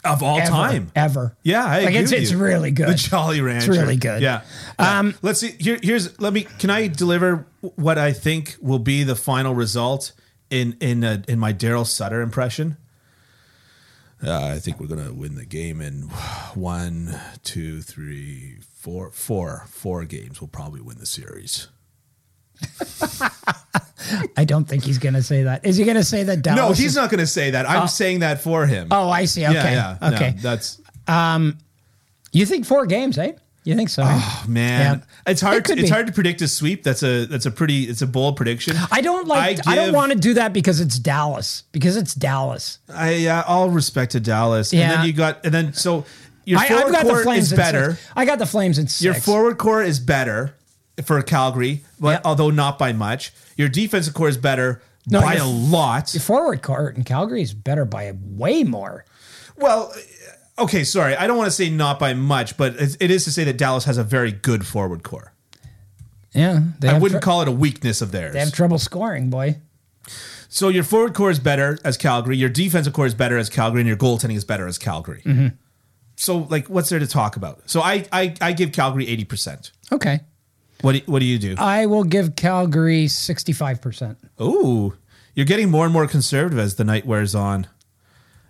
S2: of all
S3: ever,
S2: time.
S3: ever.
S2: Yeah, I
S3: like
S2: agree
S3: it's
S2: with
S3: it's
S2: you.
S3: really good.
S2: The Jolly Rancher.
S3: really good.
S2: Yeah. Um, Let's see. Here, here's. Let me. Can I deliver what I think will be the final result in in uh in my Daryl Sutter impression? Uh, I think we're gonna win the game in one, two, three, four, four, four games. We'll probably win the series.
S3: I don't think he's going to say that. Is he going to say that Dallas?
S2: No,
S3: is-
S2: he's not gonna say that. I'm saying that for him.
S3: Oh, I see. Okay.
S2: Yeah, yeah. No,
S3: okay.
S2: that's
S3: you think four games, eh? You think so? eh?
S2: Ah. man. It's
S3: It
S2: hard.
S3: could
S2: it's
S3: be.
S2: hard to predict a sweep. That's a that's a pretty. It's a bold prediction.
S3: I don't like. I, don't
S2: give-
S3: want to do that because it's Dallas. Because it's Dallas.
S2: I yeah, all respect to Dallas. And
S3: Yeah.
S2: then you got and then so your
S3: I, I've
S2: forward
S3: got the
S2: core
S3: Flames
S2: is
S3: in
S2: better.
S3: Six. I got the Flames in six.
S2: Your forward core is better for Calgary, but
S3: Yeah.
S2: although not by much. Your defensive core is better
S3: No,
S2: by
S3: your-
S2: a lot.
S3: Your forward court in Calgary is better by way more.
S2: well, okay, sorry. I don't want to say not by much, but it's- it is to say that Dallas has a very good forward core.
S3: Yeah, they
S2: I
S3: have
S2: wouldn't
S3: tr-
S2: call it a weakness of
S3: they
S2: theirs.
S3: have trouble scoring, boy.
S2: so your forward core is better as Calgary, your defensive core is better as Calgary, and your goaltending is better as Calgary.
S3: Mm-hmm.
S2: So like what's there to talk about? So I I, I give Calgary 80%.
S3: Okay,
S2: What do, what do you do?
S3: I will give Calgary sixty-five percent.
S2: Ooh, you're getting more and more conservative as the night wears on.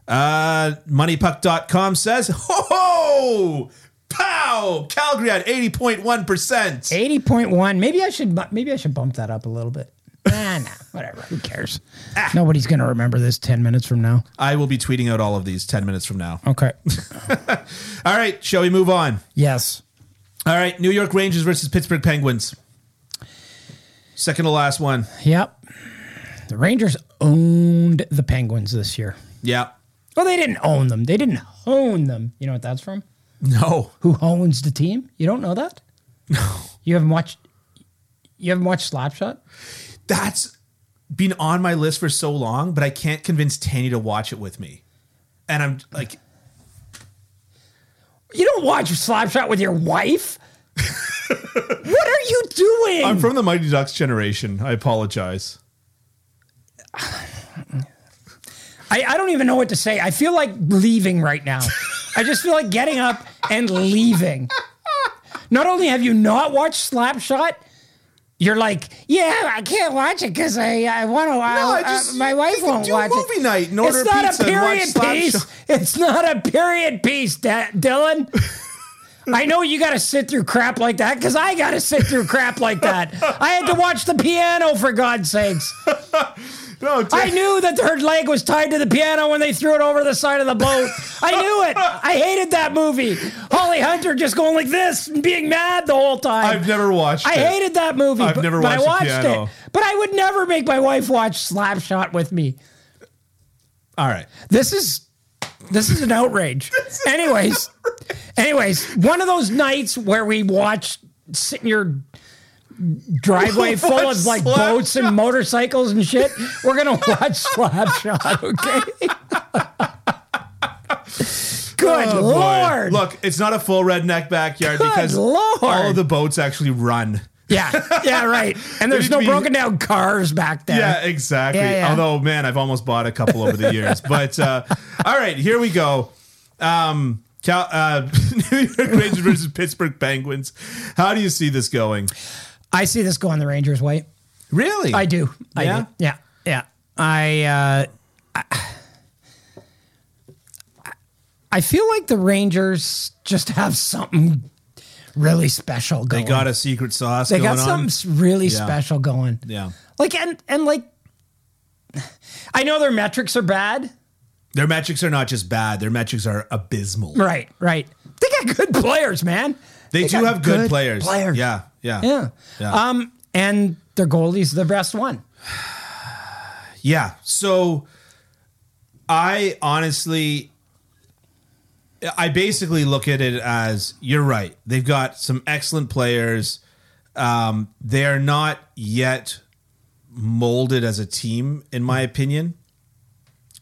S2: Uh, moneypuck.com says, ho ho! Pow! Calgary at 80.1%.
S3: <laughs> Eighty point one. Maybe I should. bu- Maybe I should bump that up a little bit. nah, nah, whatever. Who cares? Nobody's going to remember this 10 minutes from now.
S2: I will be tweeting out all of these 10 minutes from now.
S3: Okay.
S2: All right, shall we move on?
S3: <laughs> yes.
S2: All right, New York Rangers versus Pittsburgh Penguins. Second to last one.
S3: Yep. The Rangers owned the Penguins this year.
S2: Yeah.
S3: Well, they didn't own them. They didn't own them. You know what that's from?
S2: No.
S3: Who <laughs> owns the team? You don't know that? No. You haven't watched. You haven't watched Slapshot?
S2: That's been on my list for so long, but I can't convince Tanny to watch it with me. And I'm like,
S3: You don't watch Slapshot with
S2: <laughs>
S3: your wife. what are you doing?
S2: I'm from the Mighty Ducks generation. I apologize.
S3: I, I don't even know what to say. I feel like leaving right now. I just feel like getting up and leaving. Not only have you not watched Slapshot, you're like, yeah, I can't watch it because I, I want to.
S2: I
S3: I
S2: just-
S3: uh, my wife
S2: we can
S3: won't
S2: do
S3: watch it.
S2: movie night and order
S3: it's not
S2: pizza
S3: a
S2: and watch
S3: period piece.
S2: Slapshot.
S3: It's not a period piece, Da- Dylan. I know you got to sit through crap like that because I got to sit through crap like that. I had to watch the piano for God's sakes.
S2: No,
S3: I knew that her leg was tied to the piano when they threw it over the side of the boat. I knew it. I hated that movie. Holly Hunter just going like this and being mad the whole time.
S2: I've never watched
S3: I
S2: it.
S3: hated that movie.
S2: I've
S3: but,
S2: never
S3: but I
S2: watched the
S3: watched
S2: piano.
S3: it. But I would never make my wife watch Slapshot with me.
S2: All right.
S3: This is this is
S2: <laughs>
S3: an outrage. anyways, anyways, one of those nights where we watch sit in your driveway full of like
S2: Slapshot.
S3: boats and motorcycles and shit. We're
S2: <laughs>
S3: gonna watch Slapshot, okay? Good
S2: Oh, boy.
S3: lord!
S2: Look, it's not a full redneck backyard
S3: Good
S2: because
S3: Lord.
S2: all of the boats actually run.
S3: Yeah, yeah, right.
S2: <laughs>
S3: And
S2: They
S3: there's
S2: need to
S3: no
S2: be-
S3: broken down cars back there.
S2: Yeah, exactly.
S3: Yeah, yeah.
S2: Although, man, I've almost bought a couple over the
S3: <laughs>
S2: years. but uh, all right, here we go. Um, Cal- uh, <laughs> New York Rangers versus Pittsburgh Penguins. How do you see this going?
S3: I see this going the Rangers' way.
S2: Really?
S3: I do. I
S2: Yeah?
S3: yeah? do. Yeah. Yeah. I, uh, I I feel like the Rangers just have something really special
S2: They
S3: going.
S2: got a secret sauce.
S3: They
S2: going
S3: got
S2: on.
S3: something s- really
S2: Yeah.
S3: special going.
S2: Yeah,
S3: Like and and like I know their metrics are bad.
S2: their metrics are not just bad; their metrics are abysmal.
S3: Right, right. They got good players, man.
S2: They, do
S3: got
S2: have good, players.
S3: Players.
S2: Yeah, yeah,
S3: Yeah.
S2: Yeah.
S3: Um and their goalie's the best one.
S2: Yeah. So I honestly I basically look at it as you're right. They've got some excellent players. Um, they're not yet molded as a team, in my opinion,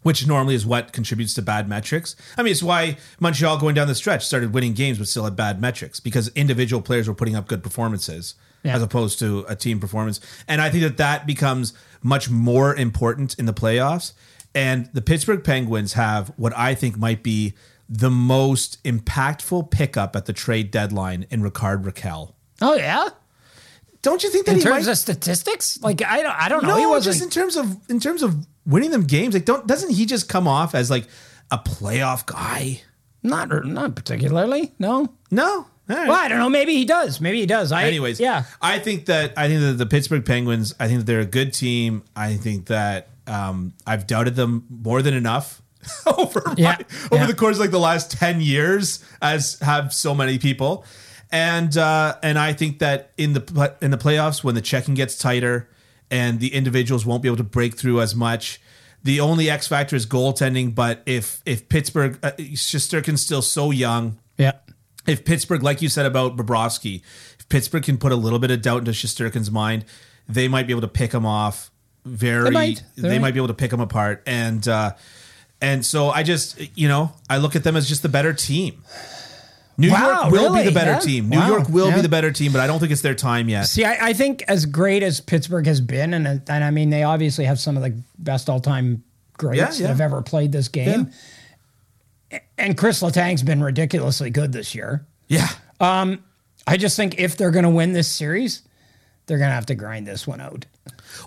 S2: which normally is what contributes to bad metrics. I mean, it's why Montreal going down the stretch started winning games but still had bad metrics because individual players were putting up good performances
S3: Yeah.
S2: as opposed to a team performance. And I think that that becomes much more important in the playoffs. And the Pittsburgh Penguins have what I think might be the most impactful pickup at the trade deadline in Ricard Raquel.
S3: Oh yeah?
S2: Don't you think that
S3: In
S2: he
S3: terms
S2: might-
S3: of statistics? Like I don't I don't know.
S2: no,
S3: he wasn't
S2: just in terms of in terms of winning them games. Like, don't doesn't he just come off as like a playoff guy?
S3: Not not particularly. No.
S2: No. All right.
S3: Well, I don't know. Maybe he does. Maybe he does. I,
S2: Anyways,
S3: yeah.
S2: I think that I think that the Pittsburgh Penguins. I think that they're a good team. I think that um, I've doubted them more than enough <laughs> over my-
S3: Yeah,
S2: over
S3: yeah.
S2: the course of like the last ten years, as have so many people. And uh, and I think that in the pl- in the playoffs, when the checking gets tighter and the individuals won't be able to break through as much. The only X factor is goaltending, but if if Pittsburgh, uh, Shosturkin's still so young,
S3: Yeah.
S2: if Pittsburgh, like you said about Bobrovsky, if Pittsburgh can put a little bit of doubt into Shosturkin's mind, they might be able to pick him off. Very, they might,
S3: might. They might.
S2: be able to pick him apart, and uh, and so I just you know I look at them as just the better team. New
S3: Wow,
S2: York will be
S3: really?
S2: the better
S3: Yeah.
S2: team. New
S3: Wow.
S2: York will be
S3: Yeah.
S2: the better team, but I don't think it's their time yet.
S3: See, I, I think as great as Pittsburgh has been, and and I mean they obviously have some of the best all time greats
S2: Yeah, yeah.
S3: that have ever played this game. And Chris Letang's been ridiculously good this year.
S2: yeah,
S3: I just think if they're going to win this series, they're going to have to grind this one out.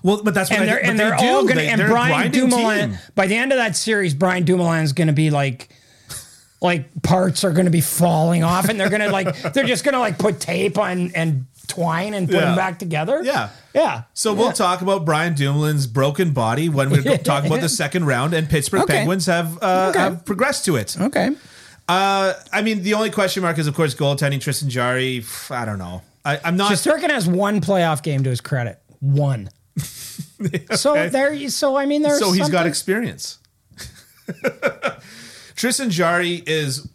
S2: well, but that's what
S3: and
S2: I
S3: they're
S2: think-
S3: and
S2: but
S3: they're
S2: they do.
S3: all gonna
S2: They-
S3: and
S2: they're a
S3: Brian
S2: grinding
S3: Dumoulin
S2: team.
S3: by the end of that series, Brian Dumoulin's gonna be like
S2: <laughs>
S3: like parts are gonna be falling off and they're gonna like they're just gonna like put tape on and twine and put
S2: Yeah.
S3: them back together.
S2: Yeah.
S3: Yeah.
S2: So we'll talk about Brian Dumoulin's broken body when we
S3: <laughs>
S2: talk about the second round, and Pittsburgh
S3: Okay.
S2: Penguins have uh,
S3: Okay.
S2: have progressed to it.
S3: Okay.
S2: Uh, I mean, the only question mark is, of course, goaltending Tristan Jari. Pff, I don't know. I, I'm not.
S3: Pasterkin has one playoff game to his credit.
S2: <laughs>
S3: One. So there you so I mean there's
S2: so he's got
S3: something-
S2: experience. <laughs> Tristan Jari is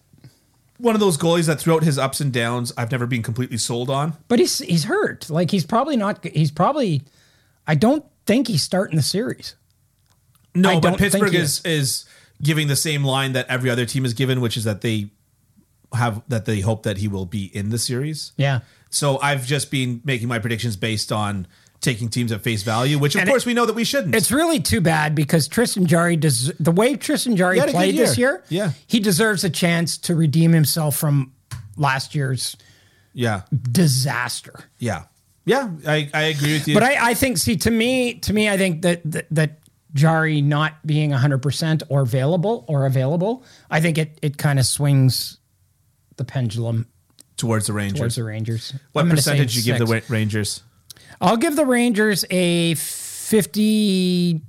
S2: one of those goalies that throughout his ups and downs, I've never been completely sold on.
S3: But he's he's hurt. Like he's probably not he's probably I don't think he's starting the series.
S2: No,
S3: I
S2: but
S3: don't think
S2: Pittsburgh
S3: he
S2: is is giving the same line that every other team is given, which is that they have that they hope that he will be in the series.
S3: Yeah.
S2: So I've just been making my predictions based on taking teams at face value, which of
S3: And it-
S2: course we know that we shouldn't.
S3: It's really too bad because Tristan Jari does the way Tristan
S2: He
S3: Jari
S2: had a good
S3: played this
S2: year.
S3: year.
S2: Yeah.
S3: he deserves a chance to redeem himself from last year's
S2: yeah,
S3: disaster.
S2: yeah, yeah. I, I agree with you.
S3: But I, I think, see, to me, to me, I think that that, that Jari not being hundred percent or available or available, I think it it kind of swings the pendulum
S2: towards the Rangers,
S3: towards the Rangers.
S2: what
S3: I'm gonna say
S2: percentage you give the
S3: six.
S2: Wa- Rangers?
S3: I'll give the Rangers a fifty-seven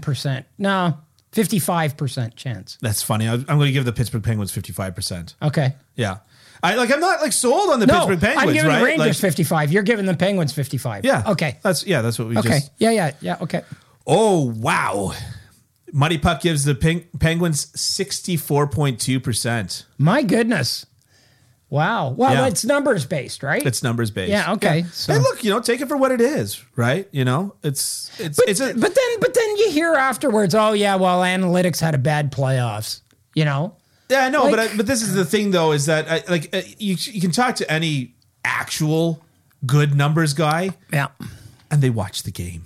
S3: percent. No, fifty-five percent chance.
S2: That's funny. I, I'm going to give the Pittsburgh Penguins 55. percent
S3: Okay.
S2: Yeah, I like. I'm not like sold on the
S3: No,
S2: Pittsburgh Penguins.
S3: I'm giving
S2: right?
S3: the Rangers
S2: Like,
S3: 55. You're giving the Penguins 55.
S2: yeah.
S3: Okay.
S2: That's yeah. That's what we
S3: Okay.
S2: just.
S3: yeah, yeah, yeah. Okay.
S2: Oh wow, Muddy Puck gives the Peng- Penguins 64.2 percent.
S3: My goodness. Wow. Well,
S2: Yeah.
S3: it's numbers based, right?
S2: It's numbers based.
S3: yeah. Okay. So.
S2: Hey, look, you know, take it for what it is, right? You know, it's it's
S3: but,
S2: it's a
S3: but then, but then you hear afterwards, oh yeah, well, analytics had a bad playoffs. You know,
S2: yeah, I know, but
S3: like-
S2: I, but this is the thing though is that I, like uh, you you can talk to any actual good numbers guy
S3: yeah,
S2: and they watch the game.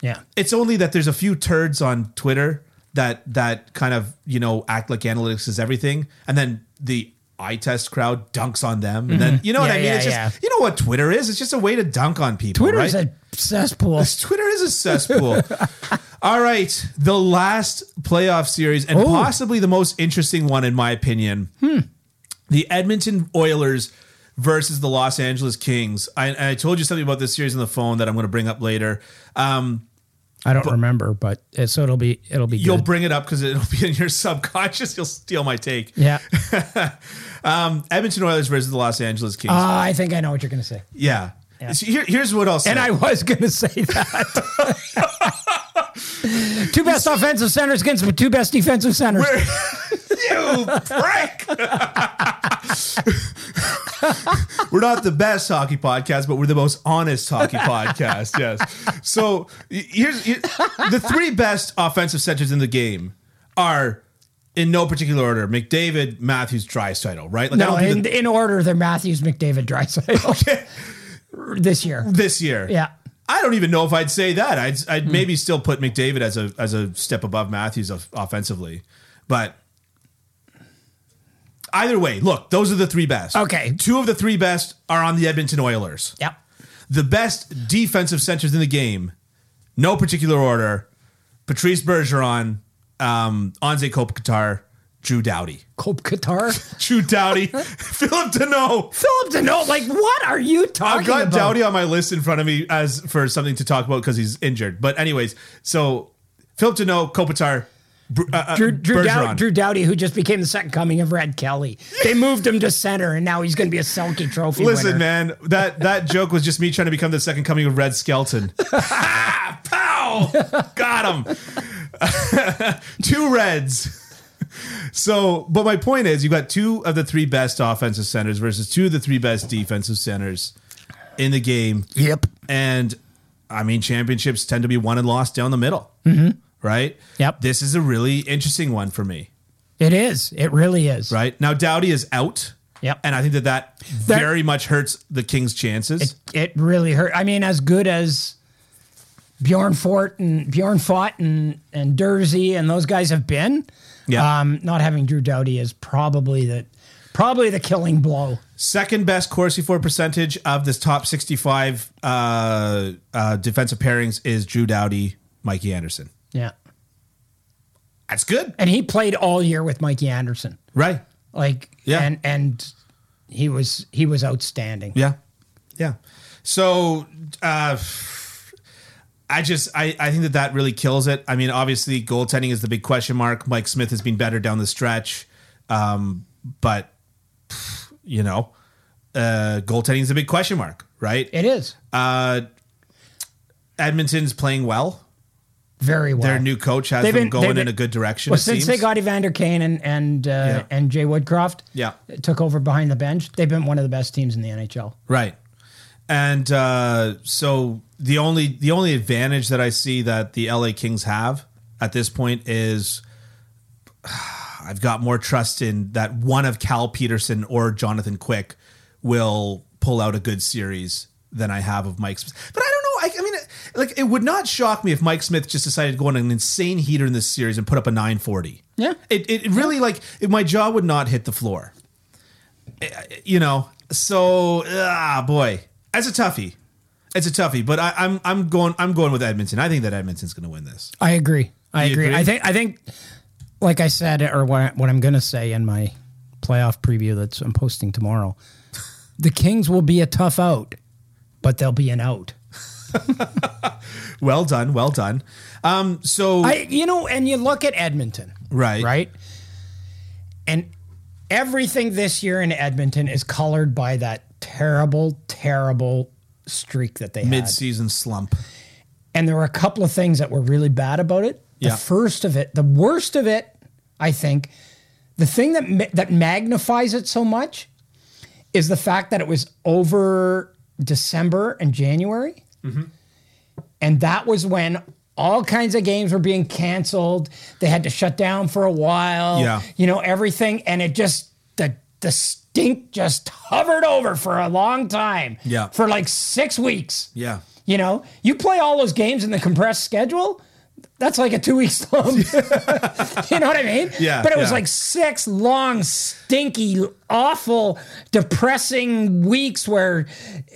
S3: yeah.
S2: It's only that there's a few turds on Twitter that that kind of you know act like analytics is everything, and then the eye test crowd dunks on them, and then you know what
S3: Mm-hmm.
S2: I mean.
S3: Yeah, yeah,
S2: it's just
S3: yeah.
S2: you know what Twitter is. It's just a way to dunk on people.
S3: Twitter
S2: right?
S3: is a
S2: <laughs>
S3: cesspool.
S2: Twitter is a cesspool.
S3: <laughs>
S2: All right, the last playoff series
S3: Oh.
S2: and possibly the most interesting one in my opinion.
S3: Hmm.
S2: The Edmonton Oilers versus the Los Angeles Kings. I, I told you something about this series on the phone that I'm going to bring up later. Um,
S3: I don't remember, but uh, so it'll be it'll be
S2: you'll
S3: good.
S2: bring it up because it'll be in your <laughs> subconscious. You'll steal my take.
S3: <laughs> yeah.
S2: Um, Edmonton Oilers versus the Los Angeles Kings.
S3: Uh, I think I know what you're gonna say,
S2: yeah. So here- here's what I'll say.
S3: and I was gonna say that. <laughs> two best offensive centers against the two best defensive centers.
S2: you prick. we're not the best hockey podcast, but we're the most honest hockey podcast. Yes. So y- here's here- the three best offensive centers in the game are in no particular order: McDavid, Matthews, Drysdale. Right? Like
S3: No,
S2: do the-
S3: in, in order, they're Matthews, McDavid, <laughs> Drysdale. this year.
S2: this year.
S3: Yeah.
S2: I don't even know if I'd say that. I'd I'd maybe still put McDavid as a as a step above Matthews of, offensively, but either way, look, those are the three best.
S3: Okay.
S2: two of the three best are on the Edmonton Oilers.
S3: Yep.
S2: The best defensive centers in the game, no particular order: Patrice Bergeron, um, Anze Kopitar, Drew Doughty,
S3: Cope Qatar.
S2: Drew Doughty, <laughs> Philip Deneau.
S3: <laughs> Philip Deneau, like, what are you talking
S2: I've got
S3: about?
S2: Dowdy on my list in front of me as for something to talk about because he's injured. But anyways, so Philip Deneau, Kopitar, Br- uh, uh,
S3: Drew, Drew, Dow-
S2: Bergeron.
S3: Drew Dowdy, who just became the second coming of Red Kelly. They moved him to center, and now he's going to be a Selkie Trophy
S2: Listen,
S3: winner.
S2: man, that that joke was just me trying to become the second coming of Red
S3: <laughs>
S2: Skelton. Ah, Pow! Got him. <laughs> two Reds. So, but my point is, you've got two of the three best offensive centers versus two of the three best defensive centers in the game.
S3: Yep.
S2: And I mean, championships tend to be won and lost down the middle, right?
S3: Mm-hmm. Yep.
S2: This is a really interesting one for me,
S3: It is. It really is.
S2: right? Now, Dowdy is out.
S3: Yep.
S2: And I think that that very much hurts the Kings' chances.
S3: It really hurt. I mean, as good as Bjorn Fort and Bjorn Fott and, and Dersey and those guys have been,
S2: Yeah.
S3: um, not having Drew Doughty is probably the probably the killing blow.
S2: Second best Corsi four percentage of this top 65 uh, uh, defensive pairings is Drew Dowdy, Mikey Anderson.
S3: Yeah.
S2: That's good.
S3: And he played all year with Mikey Anderson.
S2: Right.
S3: Like
S2: Yeah.
S3: and and he was he was outstanding.
S2: Yeah. Yeah. So uh, I just I, I think that that really kills it. I mean, obviously goaltending is the big question mark. Mike Smith has been better down the stretch. Um, but you know, uh, goaltending is a big question mark, right?
S3: It is
S2: Uh, Edmonton's playing well.
S3: very well.
S2: Their new coach has
S3: They've
S2: them
S3: been-
S2: going
S3: they've
S2: in
S3: been-
S2: a good direction.
S3: well,
S2: it
S3: since
S2: seems.
S3: they got Evander Kane and and uh,
S2: Yeah.
S3: and Jay Woodcroft,
S2: Yeah.
S3: took over behind the bench. They've been one of the best teams in the NHL.
S2: Right. And uh, so the only the only advantage that I see that the LA Kings have at this point is <sighs> I've got more trust in that one of Cal Peterson or Jonathan Quick will pull out a good series than I have of Mike Smith. But I don't know. I, I mean, like it would not shock me if Mike Smith just decided to go on an insane heater in this series and put up a 940.
S3: Yeah.
S2: It, it it really like it, my jaw would not hit the floor you know, so ah, boy, that's a toughie. It's a toughie, but I, I'm I'm going I'm going with Edmonton. I think that Edmonton's going to win this.
S3: I agree. I
S2: You
S3: agree.
S2: agree?
S3: I think. I think. Like I said, or what, I, what I'm going to say in my playoff preview that's I'm posting tomorrow, the Kings will be a tough out, but they'll be an out.
S2: Well done, well done. Um, so
S3: I, you know, and you look at Edmonton,
S2: Right.
S3: right, and everything this year in Edmonton is colored by that terrible, terrible streak that they had.
S2: mid-season slump.
S3: And there were a couple of things that were really bad about it. The
S2: Yeah.
S3: first of it, the worst of it, I think, the thing that ma- that magnifies it so much is the fact that it was over December and January.
S2: Mm-hmm.
S3: And that was when all kinds of games were being canceled. They had to shut down for a while.
S2: Yeah.
S3: You know, everything and it just the the stink just hovered over for a long time.
S2: Yeah.
S3: For like 6 weeks.
S2: Yeah,
S3: You know, you play all those games in the compressed schedule. That's like a two
S2: <laughs>
S3: week slump. <laughs> you know what I mean?
S2: Yeah,
S3: But it was
S2: yeah.
S3: like six long, stinky, awful, depressing weeks where,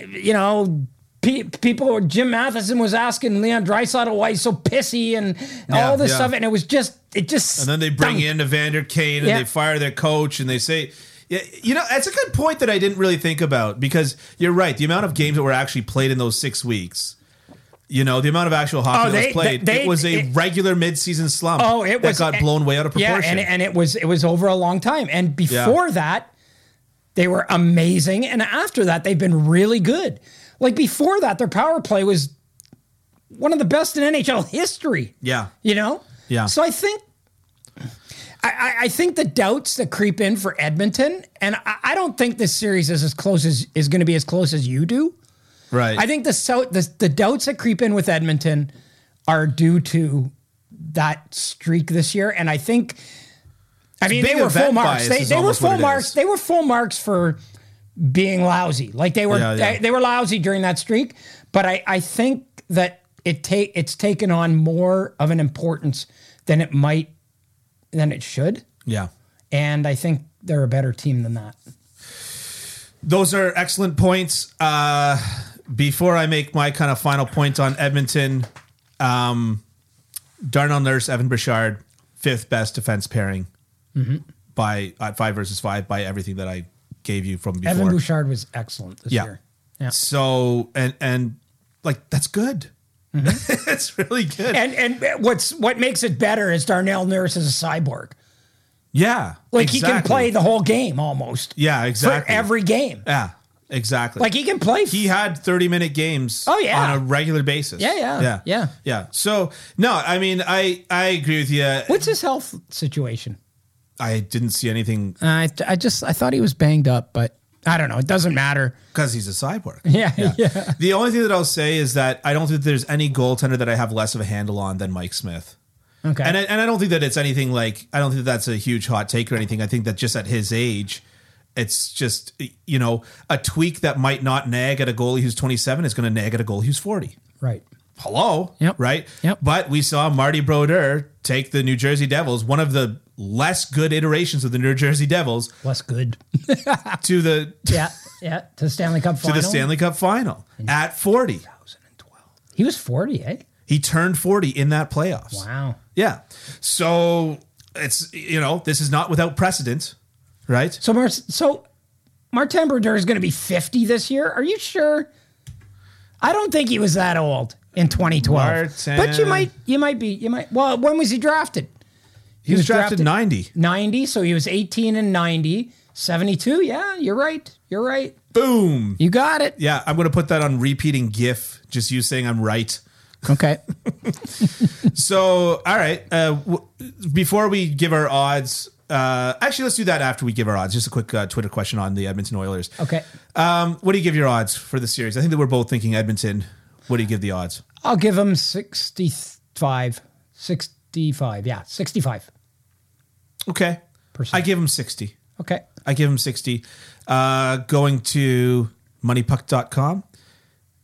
S3: you know, pe- people, Jim Matheson was asking Leon Dreisaitl why he's so pissy and
S2: Yeah,
S3: all this
S2: yeah.
S3: stuff. And it was just, it just.
S2: and then they bring
S3: stunk.
S2: in Evander Kane and
S3: Yeah.
S2: they fire their coach and they say, yeah, you know, that's a good point that I didn't really think about because you're right. The amount of games that were actually played in those six weeks. You know the amount of actual hockey that
S3: Oh, they-
S2: was played.
S3: they-
S2: it was a
S3: it-
S2: regular mid-season slump.
S3: Oh, it
S2: that
S3: was
S2: got
S3: and-
S2: blown way out of proportion.
S3: Yeah, and, and it was it was over a long time. And before that, they were amazing, and after that, they've been really good. Like before that, their power play was one of the best in NHL <laughs> history.
S2: yeah,
S3: You know?
S2: Yeah.
S3: So I think I- I, I think the doubts that creep in for Edmonton, and I, I don't think this series is as close as is going to be as close as you do.
S2: right.
S3: I think the, so, the the doubts that creep in with Edmonton are due to that streak this year, and I think, I mean,
S2: big
S3: they were full
S2: event
S3: marks.
S2: bias
S3: They,
S2: is
S3: they were
S2: almost what
S3: full
S2: it
S3: marks.
S2: is.
S3: They were full marks for being lousy. Like they were
S2: Yeah, yeah.
S3: They, they were lousy during that streak. But I I think that it take it's taken on more of an importance than it might than it should,
S2: yeah.
S3: and I think they're a better team than that.
S2: Those are excellent points. Uh, before I make my kind of final point on Edmonton, um, Darnell Nurse, Evan Bouchard, fifth best defense pairing
S3: Mm-hmm.
S2: by at five versus five by everything that I gave you from before.
S3: Evan Bouchard was excellent this
S2: Yeah.
S3: year. Yeah.
S2: So and and like that's good.
S3: Mm-hmm.
S2: <laughs> it's really good.
S3: And and what's what makes it better is Darnell Nurse is a cyborg.
S2: yeah,
S3: Like he can
S2: exactly.
S3: play the whole game almost.
S2: Yeah, exactly.
S3: For every game.
S2: yeah, exactly.
S3: Like he can play f-
S2: he had 30 minute games
S3: Oh, yeah.
S2: on a regular basis
S3: Yeah, yeah,
S2: yeah
S3: yeah.
S2: yeah so no i mean i i agree with you
S3: What's his health situation?
S2: i didn't see anything
S3: Uh, I I just I thought he was banged up, but I don't know. It doesn't matter.
S2: because he's a cyborg
S3: <laughs> Yeah, yeah.
S2: the only thing that i'll say is that i don't think there's any goaltender that i have less of a handle on than mike smith
S3: Okay.
S2: and I, and I don't think that it's anything like I don't think that's a huge hot take or anything. I think that just at his age, it's just you know a tweak that might not nag at a goalie who's 27 is going to nag at a goalie who's 40.
S3: right.
S2: hello.
S3: Yep.
S2: Right.
S3: Yep.
S2: But we saw Marty Brodeur take the New Jersey Devils, one of the less good iterations of the New Jersey Devils,
S3: Less good.
S2: to the
S3: <laughs> yeah. Yeah. To the Stanley Cup
S2: to
S3: final.
S2: the Stanley Cup final at 40.
S3: He was 40, eh?
S2: He turned 40 in that playoffs.
S3: Wow.
S2: Yeah. So it's you know this is not without precedent, right?
S3: So Mar- so Martin Brodeur is going to be 50 this year. Are you sure? I don't think he was that old in 2012.
S2: Martin-
S3: But you might, you might be, you might. Well, when was he drafted?
S2: He was drafted 90.
S3: 90, so he was 18 and 90. 72, yeah, you're right. You're right.
S2: Boom.
S3: You got it.
S2: Yeah, I'm going to put that on repeating GIF, just you saying I'm right.
S3: Okay.
S2: So, all right. Uh, w- before we give our odds, uh, actually, let's do that after we give our odds. Just a quick uh, Twitter question on the Edmonton Oilers.
S3: Okay.
S2: Um, what do you give your odds for the series? I think that we're both thinking Edmonton. What do you give the odds?
S3: I'll give him 65. 65. Yeah, 65.
S2: Okay. I
S3: Percent.
S2: give him 60.
S3: Okay.
S2: I give him 60. Uh, going to moneypuck.com,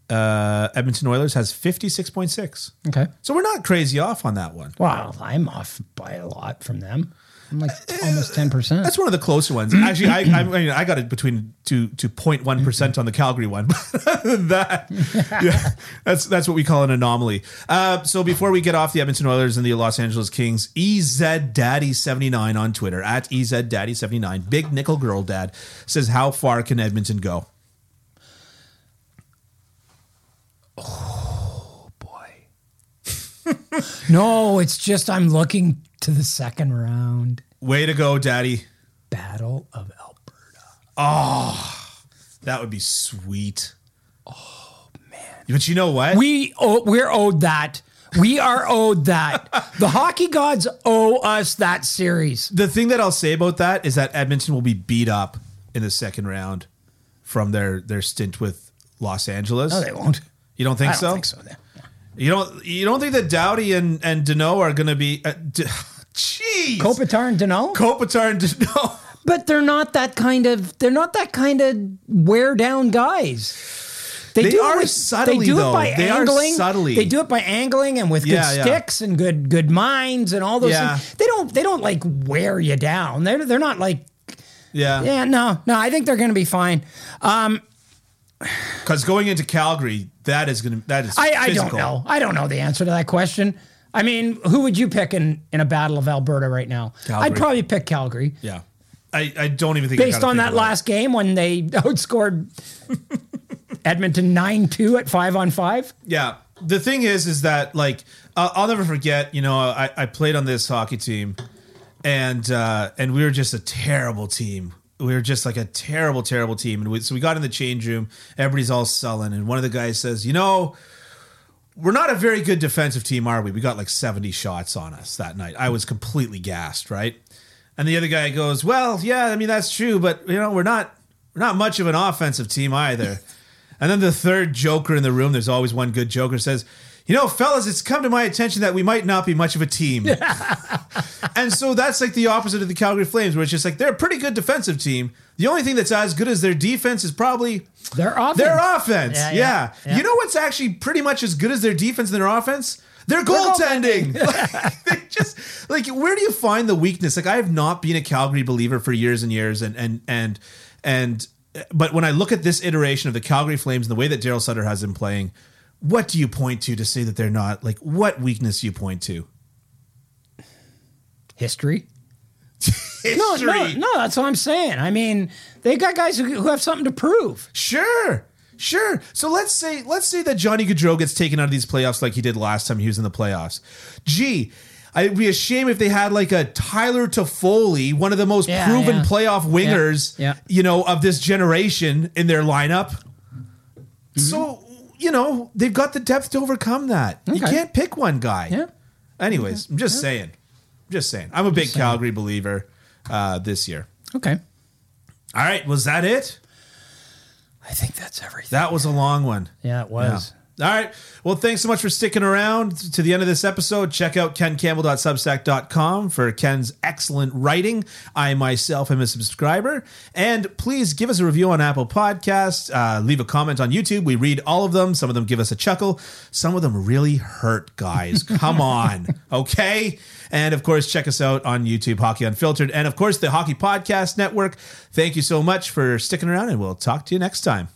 S2: uh, Edmonton Oilers has 56.6.
S3: Okay.
S2: So we're not crazy off on that one.
S3: Wow, I'm off by a lot from them. I'm like almost 10%.
S2: That's one of the closer ones. Actually, I, I, mean, I got it between to to 0.1 percent on the Calgary one. <laughs> that <laughs> yeah, that's that's what we call an anomaly. Uh, so before we get off the Edmonton Oilers and the Los Angeles Kings, EZ Daddy 79 on Twitter at EZ Daddy 79, Big Nickel Girl Dad says, "How far can Edmonton go?"
S3: <laughs> No, it's just I'm looking to the second round
S2: Way to go, Daddy.
S3: Battle of Alberta.
S2: That would be sweet. Oh man! But you know what?
S3: We owe, we're owed that. We are owed that.
S2: <laughs>
S3: The hockey gods owe us that series.
S2: the thing that I'll say about that is that Edmonton will be beat up in the second round from their their stint with Los Angeles.
S3: No, they won't.
S2: You don't think
S3: I don't
S2: so?
S3: think so. Then.
S2: You don't you don't think that Dowdy and and Dano are going to be uh, D- <laughs> Jeez.
S3: Kopitar and Deneau?
S2: Kopitar and Dano.
S3: but they're not that kind of they're not that kind of wear down guys. They,
S2: are
S3: with-
S2: subtly, though. They are subtly.
S3: They do it by angling and with
S2: Yeah,
S3: good
S2: yeah.
S3: sticks and good good minds and all those
S2: Yeah.
S3: things. They don't they don't like wear you down. They're they're not like
S2: <laughs> Yeah.
S3: yeah no no. I think they're going to be fine.
S2: Cuz going into Calgary, that is going to that is
S3: I I
S2: physical.
S3: don't know. I don't know the answer to that question. I mean, who would you pick in in a battle of Alberta right now?
S2: Calgary.
S3: I'd probably pick Calgary.
S2: Yeah. I, I don't even think I
S3: based
S2: gotta
S3: on
S2: think
S3: that
S2: about it.
S3: last game when they <laughs> outscored Edmonton 9 2 at 5 on 5.
S2: Yeah. The thing is, is that like uh, I'll never forget. You know, I, I played on this hockey team, and uh, and we were just a terrible team. We were just like a terrible, terrible team. And we, so we got in the change room. Everybody's all sullen, and one of the guys says, "You know." We're not a very good defensive team, are we? We got like 70 shots on us that night. I was completely gassed, right? And the other guy goes, "Well, yeah, I mean that's true, but you know, we're not we're not much of an offensive team either." <laughs> And then the third joker in the room, there's always one good joker, says, You know, fellas, it's come to my attention that we might not be much of a team. and so that's like the opposite of the Calgary Flames, where it's just like they're a pretty good defensive team. The only thing that's as good as their defense is probably
S3: They're off.
S2: their offense. Yeah,
S3: Yeah, yeah, yeah.
S2: You know what's actually pretty much as good as their defense and their offense? Their goaltending. <laughs> like, they just like where do you find the weakness? Like I have not been a Calgary believer for years and years and and and and but when I look at this iteration of the Calgary Flames and the way that Daryl Sutter has been playing, what do you point to to say that they're not like what weakness do you point to?
S3: History. No, no,
S2: History.
S3: no, that's what I'm saying. I mean, they got guys who, who have something to prove.
S2: Sure. Sure. So let's say let's say that Johnny Gaudreau gets taken out of these playoffs like he did last time he was in the playoffs. Gee, I'd be a shame if they had like a Tyler Toffoli, one of the most
S3: Yeah,
S2: proven
S3: yeah.
S2: playoff wingers,
S3: yeah.
S2: you know, of this generation in their lineup.
S3: Mm-hmm.
S2: So you know they've got the depth to overcome that. You
S3: Okay.
S2: can't pick one guy.
S3: Yeah.
S2: Anyways, I'm just saying. I'm just saying. I'm a big Calgary believer uh, this year.
S3: Okay.
S2: All right, was that it?
S3: I think that's everything.
S2: That was a long one.
S3: yeah, it was.
S2: All right. Well, thanks so much for sticking around to the end of this episode. Check out kencampbell.substack.com for Ken's excellent writing. I myself am a subscriber. And please give us a review on Apple Podcasts. Uh, leave a comment on YouTube. We read all of them. Some of them give us a chuckle. Some of them really hurt, guys. Come on. Okay. And of course, check us out on YouTube, Hockey Unfiltered. And of course, the Hockey Podcast Network. Thank you so much for sticking around, and we'll talk to you next time.